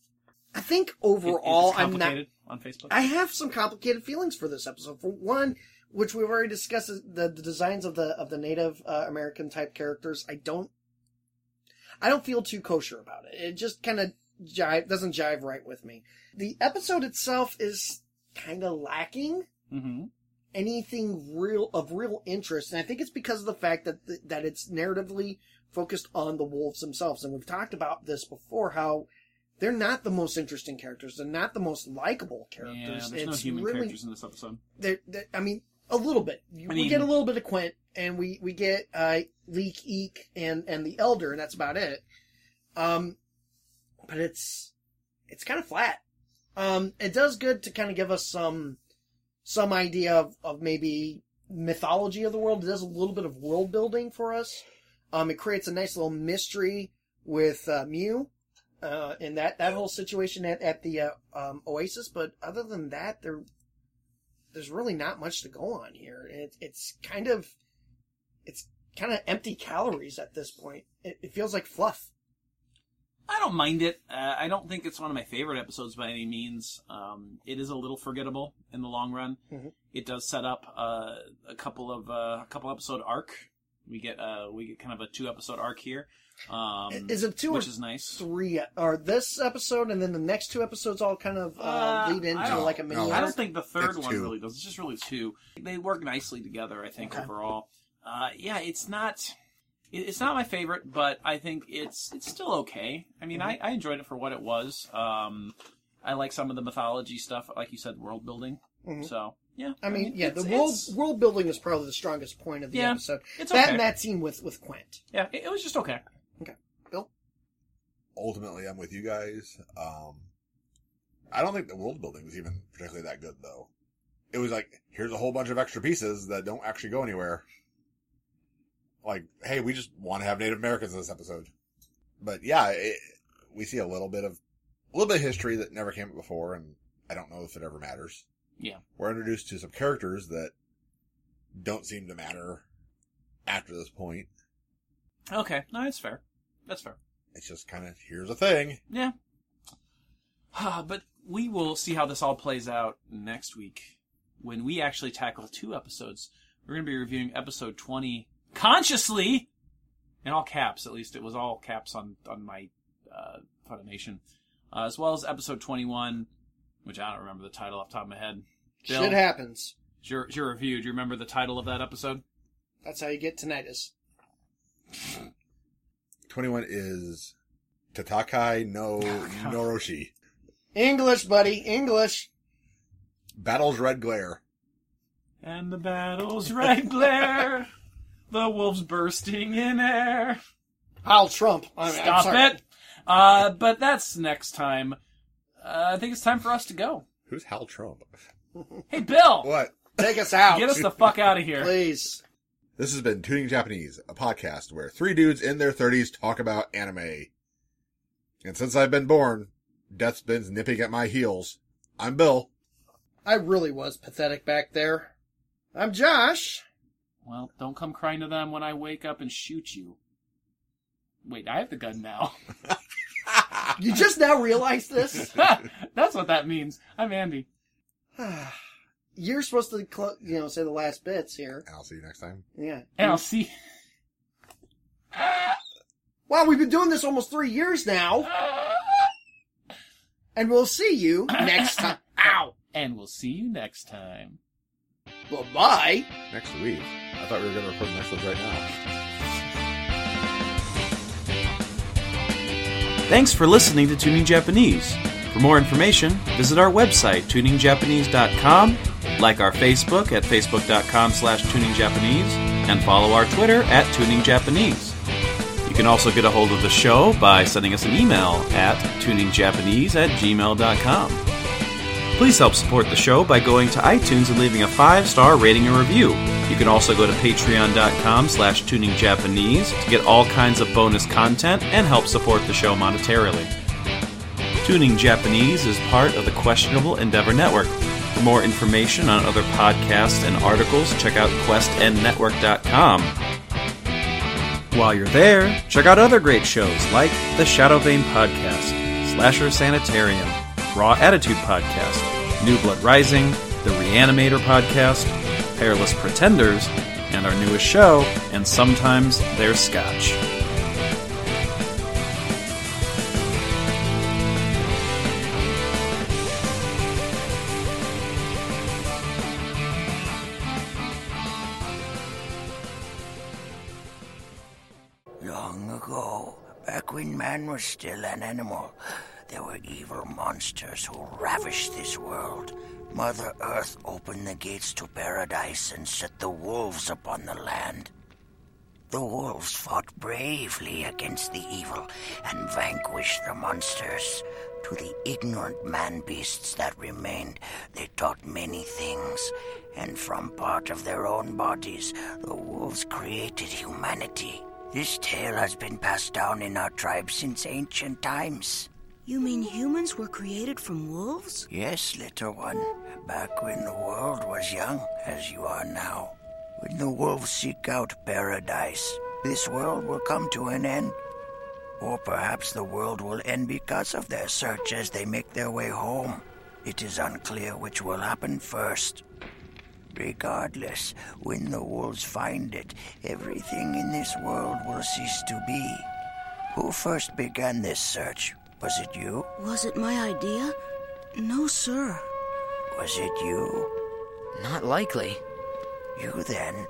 [SPEAKER 4] I think
[SPEAKER 5] It- it's
[SPEAKER 4] overall, I'm not.
[SPEAKER 5] complicated on Facebook.
[SPEAKER 4] I have some complicated feelings for this episode. For one, which we've already discussed, is the, the designs of the of the Native uh, American type characters. I don't. I don't feel too kosher about it. It just kind of jive doesn't jive right with me. The episode itself is kind of lacking.
[SPEAKER 5] mm-hmm.
[SPEAKER 4] anything real of real interest, and I think it's because of the fact that th- that it's narratively focused on the wolves themselves. And we've talked about this before how they're not the most interesting characters, they're not the most likable
[SPEAKER 5] Yeah,
[SPEAKER 4] characters.
[SPEAKER 5] there's no
[SPEAKER 4] it's
[SPEAKER 5] human
[SPEAKER 4] really,
[SPEAKER 5] characters in this episode.
[SPEAKER 4] they're, they're- I mean, a little bit. You,
[SPEAKER 5] I
[SPEAKER 4] we
[SPEAKER 5] mean-
[SPEAKER 4] get a little bit of Quint, and we we get uh, Leek Eek and and the Elder, and that's about it. Um, but it's it's kind of flat. Um, it does good to kind of give us some some idea of, of maybe mythology of the world. It does a little bit of world building for us. Um, it creates a nice little mystery with uh, Mew uh, and that, that whole situation at, at the uh, um, Oasis. But other than that, there there's really not much to go on here. It, it's kind of it's kind of empty calories at this point. It, it feels like fluff.
[SPEAKER 5] I don't mind it. Uh, I don't think it's one of my favorite episodes by any means. Um, it is a little forgettable in the long run.
[SPEAKER 4] Mhm.
[SPEAKER 5] It does set up uh, a couple of uh, a couple episode arc. We get uh, we get kind of a two episode arc here. Um,
[SPEAKER 4] Is it two or
[SPEAKER 5] which is nice.
[SPEAKER 4] three or this episode and then the next two episodes all kind of uh,
[SPEAKER 5] Uh,
[SPEAKER 4] lead
[SPEAKER 5] I
[SPEAKER 4] into
[SPEAKER 5] don't-
[SPEAKER 4] like a mini
[SPEAKER 3] no,
[SPEAKER 5] I
[SPEAKER 4] arc?
[SPEAKER 5] don't think the third
[SPEAKER 3] It's
[SPEAKER 5] one
[SPEAKER 3] two.
[SPEAKER 5] really does. It's just really two. They work nicely together, I think
[SPEAKER 4] Okay.
[SPEAKER 5] overall. Uh, yeah, it's not. it- It's not my favorite, but I think it's it's still okay. I mean,
[SPEAKER 4] Mm-hmm.
[SPEAKER 5] I, I enjoyed it for what it was. Um, I like some of the mythology stuff, like you said, world building. So yeah,
[SPEAKER 4] Mm-hmm. I mean, yeah,
[SPEAKER 5] it's-
[SPEAKER 4] the world
[SPEAKER 5] it's-
[SPEAKER 4] world building is probably the strongest point of the
[SPEAKER 5] Yeah,
[SPEAKER 4] episode.
[SPEAKER 5] it's
[SPEAKER 4] that
[SPEAKER 5] okay.
[SPEAKER 4] and that scene with with Quint.
[SPEAKER 5] yeah, it, it was just okay.
[SPEAKER 4] Bill,
[SPEAKER 3] Ultimately, I'm with you guys. Um, I don't think the world building was even particularly that good, though. It was like, here's a whole bunch of extra pieces that don't actually go anywhere. Like, hey, we just want to have Native Americans in this episode. But yeah, it, we see a little bit of, a little bit of history that never came up before, and I don't know if it ever matters.
[SPEAKER 5] Yeah.
[SPEAKER 3] We're introduced to some characters that don't seem to matter after this point.
[SPEAKER 5] Okay, no, that's fair. That's fair.
[SPEAKER 3] It's just kind of, here's a thing.
[SPEAKER 5] Yeah. but we will see how this all plays out next week when we actually tackle two episodes. We're going to be reviewing episode 20 consciously in all caps, at least it was all caps on, on my uh, Funimation, uh, as well as episode 21, which I don't remember the title off the top of my head. Bill,
[SPEAKER 4] shit happens.
[SPEAKER 5] it's your, it's your review. Do you remember the title of that episode?
[SPEAKER 4] That's how you get tinnitus.
[SPEAKER 3] 21 is Tatakai no Noroshi.
[SPEAKER 4] English, buddy, English.
[SPEAKER 3] Battles Red Glare.
[SPEAKER 5] And the battle's red glare, the wolves bursting in air.
[SPEAKER 4] I'll Trump. I mean, I'm
[SPEAKER 5] Stop
[SPEAKER 4] sorry.
[SPEAKER 5] it. Uh, but that's next time. Uh, I think it's time for us to go.
[SPEAKER 3] Who's Hal Trump?
[SPEAKER 5] Hey, Bill,
[SPEAKER 3] What?
[SPEAKER 4] Take us out,
[SPEAKER 5] get us the fuck out of here.
[SPEAKER 4] please.
[SPEAKER 3] This has been Tuning Japanese, a podcast where three dudes in their 30s talk about anime. And since I've been born, death's been nipping at my heels. I'm Bill.
[SPEAKER 4] I really was pathetic back there. I'm Josh.
[SPEAKER 5] Well, don't come crying to them when I wake up and shoot you. Wait, I have the gun now.
[SPEAKER 4] You just now realize this?
[SPEAKER 5] that's what that means. I'm Andy.
[SPEAKER 4] You're supposed to, cl- you know, say the last bits here.
[SPEAKER 3] And I'll see you next time.
[SPEAKER 4] Yeah.
[SPEAKER 5] And I'll see.
[SPEAKER 4] Wow, we've been doing this almost three years now. And we'll see you next time. Ow.
[SPEAKER 5] And we'll see you next time.
[SPEAKER 4] Bye bye.
[SPEAKER 3] Next week. I thought we were going to record next episode right now.
[SPEAKER 9] Thanks for listening to Tuning Japanese. For more information, visit our website, tuningjapanese.com, like our Facebook at facebook.com slash tuningjapanese, and follow our Twitter at tuningjapanese. You can also get a hold of the show by sending us an email at tuningjapanese at gmail.com. Please help support the show by going to iTunes and leaving a five-star rating and review. You can also go to patreon.com slash tuningjapanese to get all kinds of bonus content and help support the show monetarily. Tuning Japanese is part of the Questionable Endeavor Network. For more information on other podcasts and articles, check out questnnetwork.com. While you're there, check out other great shows like the Shadow Vein Podcast, Slasher Sanitarium, Raw Attitude Podcast, New Blood Rising, the Reanimator Podcast, Hairless Pretenders, and our newest show, and sometimes there's Scotch.
[SPEAKER 10] Long ago, back when man was still an animal, there were evil monsters who ravished this world. Mother Earth opened the gates to paradise and set the wolves upon the land. The wolves fought bravely against the evil and vanquished the monsters. To the ignorant man beasts that remained, they taught many things, and from part of their own bodies, the wolves created humanity. This tale has been passed down in our tribe since ancient times.
[SPEAKER 11] You mean humans were created from wolves?
[SPEAKER 10] Yes, little one. Back when the world was young, as you are now. When the wolves seek out paradise, this world will come to an end. Or perhaps the world will end because of their search as they make their way home. It is unclear which will happen first. Regardless, when the wolves find it, everything in this world will cease to be.
[SPEAKER 4] Who first began this search? Was it you?
[SPEAKER 12] Was it my idea? No, sir.
[SPEAKER 4] Was it you? Not likely. You then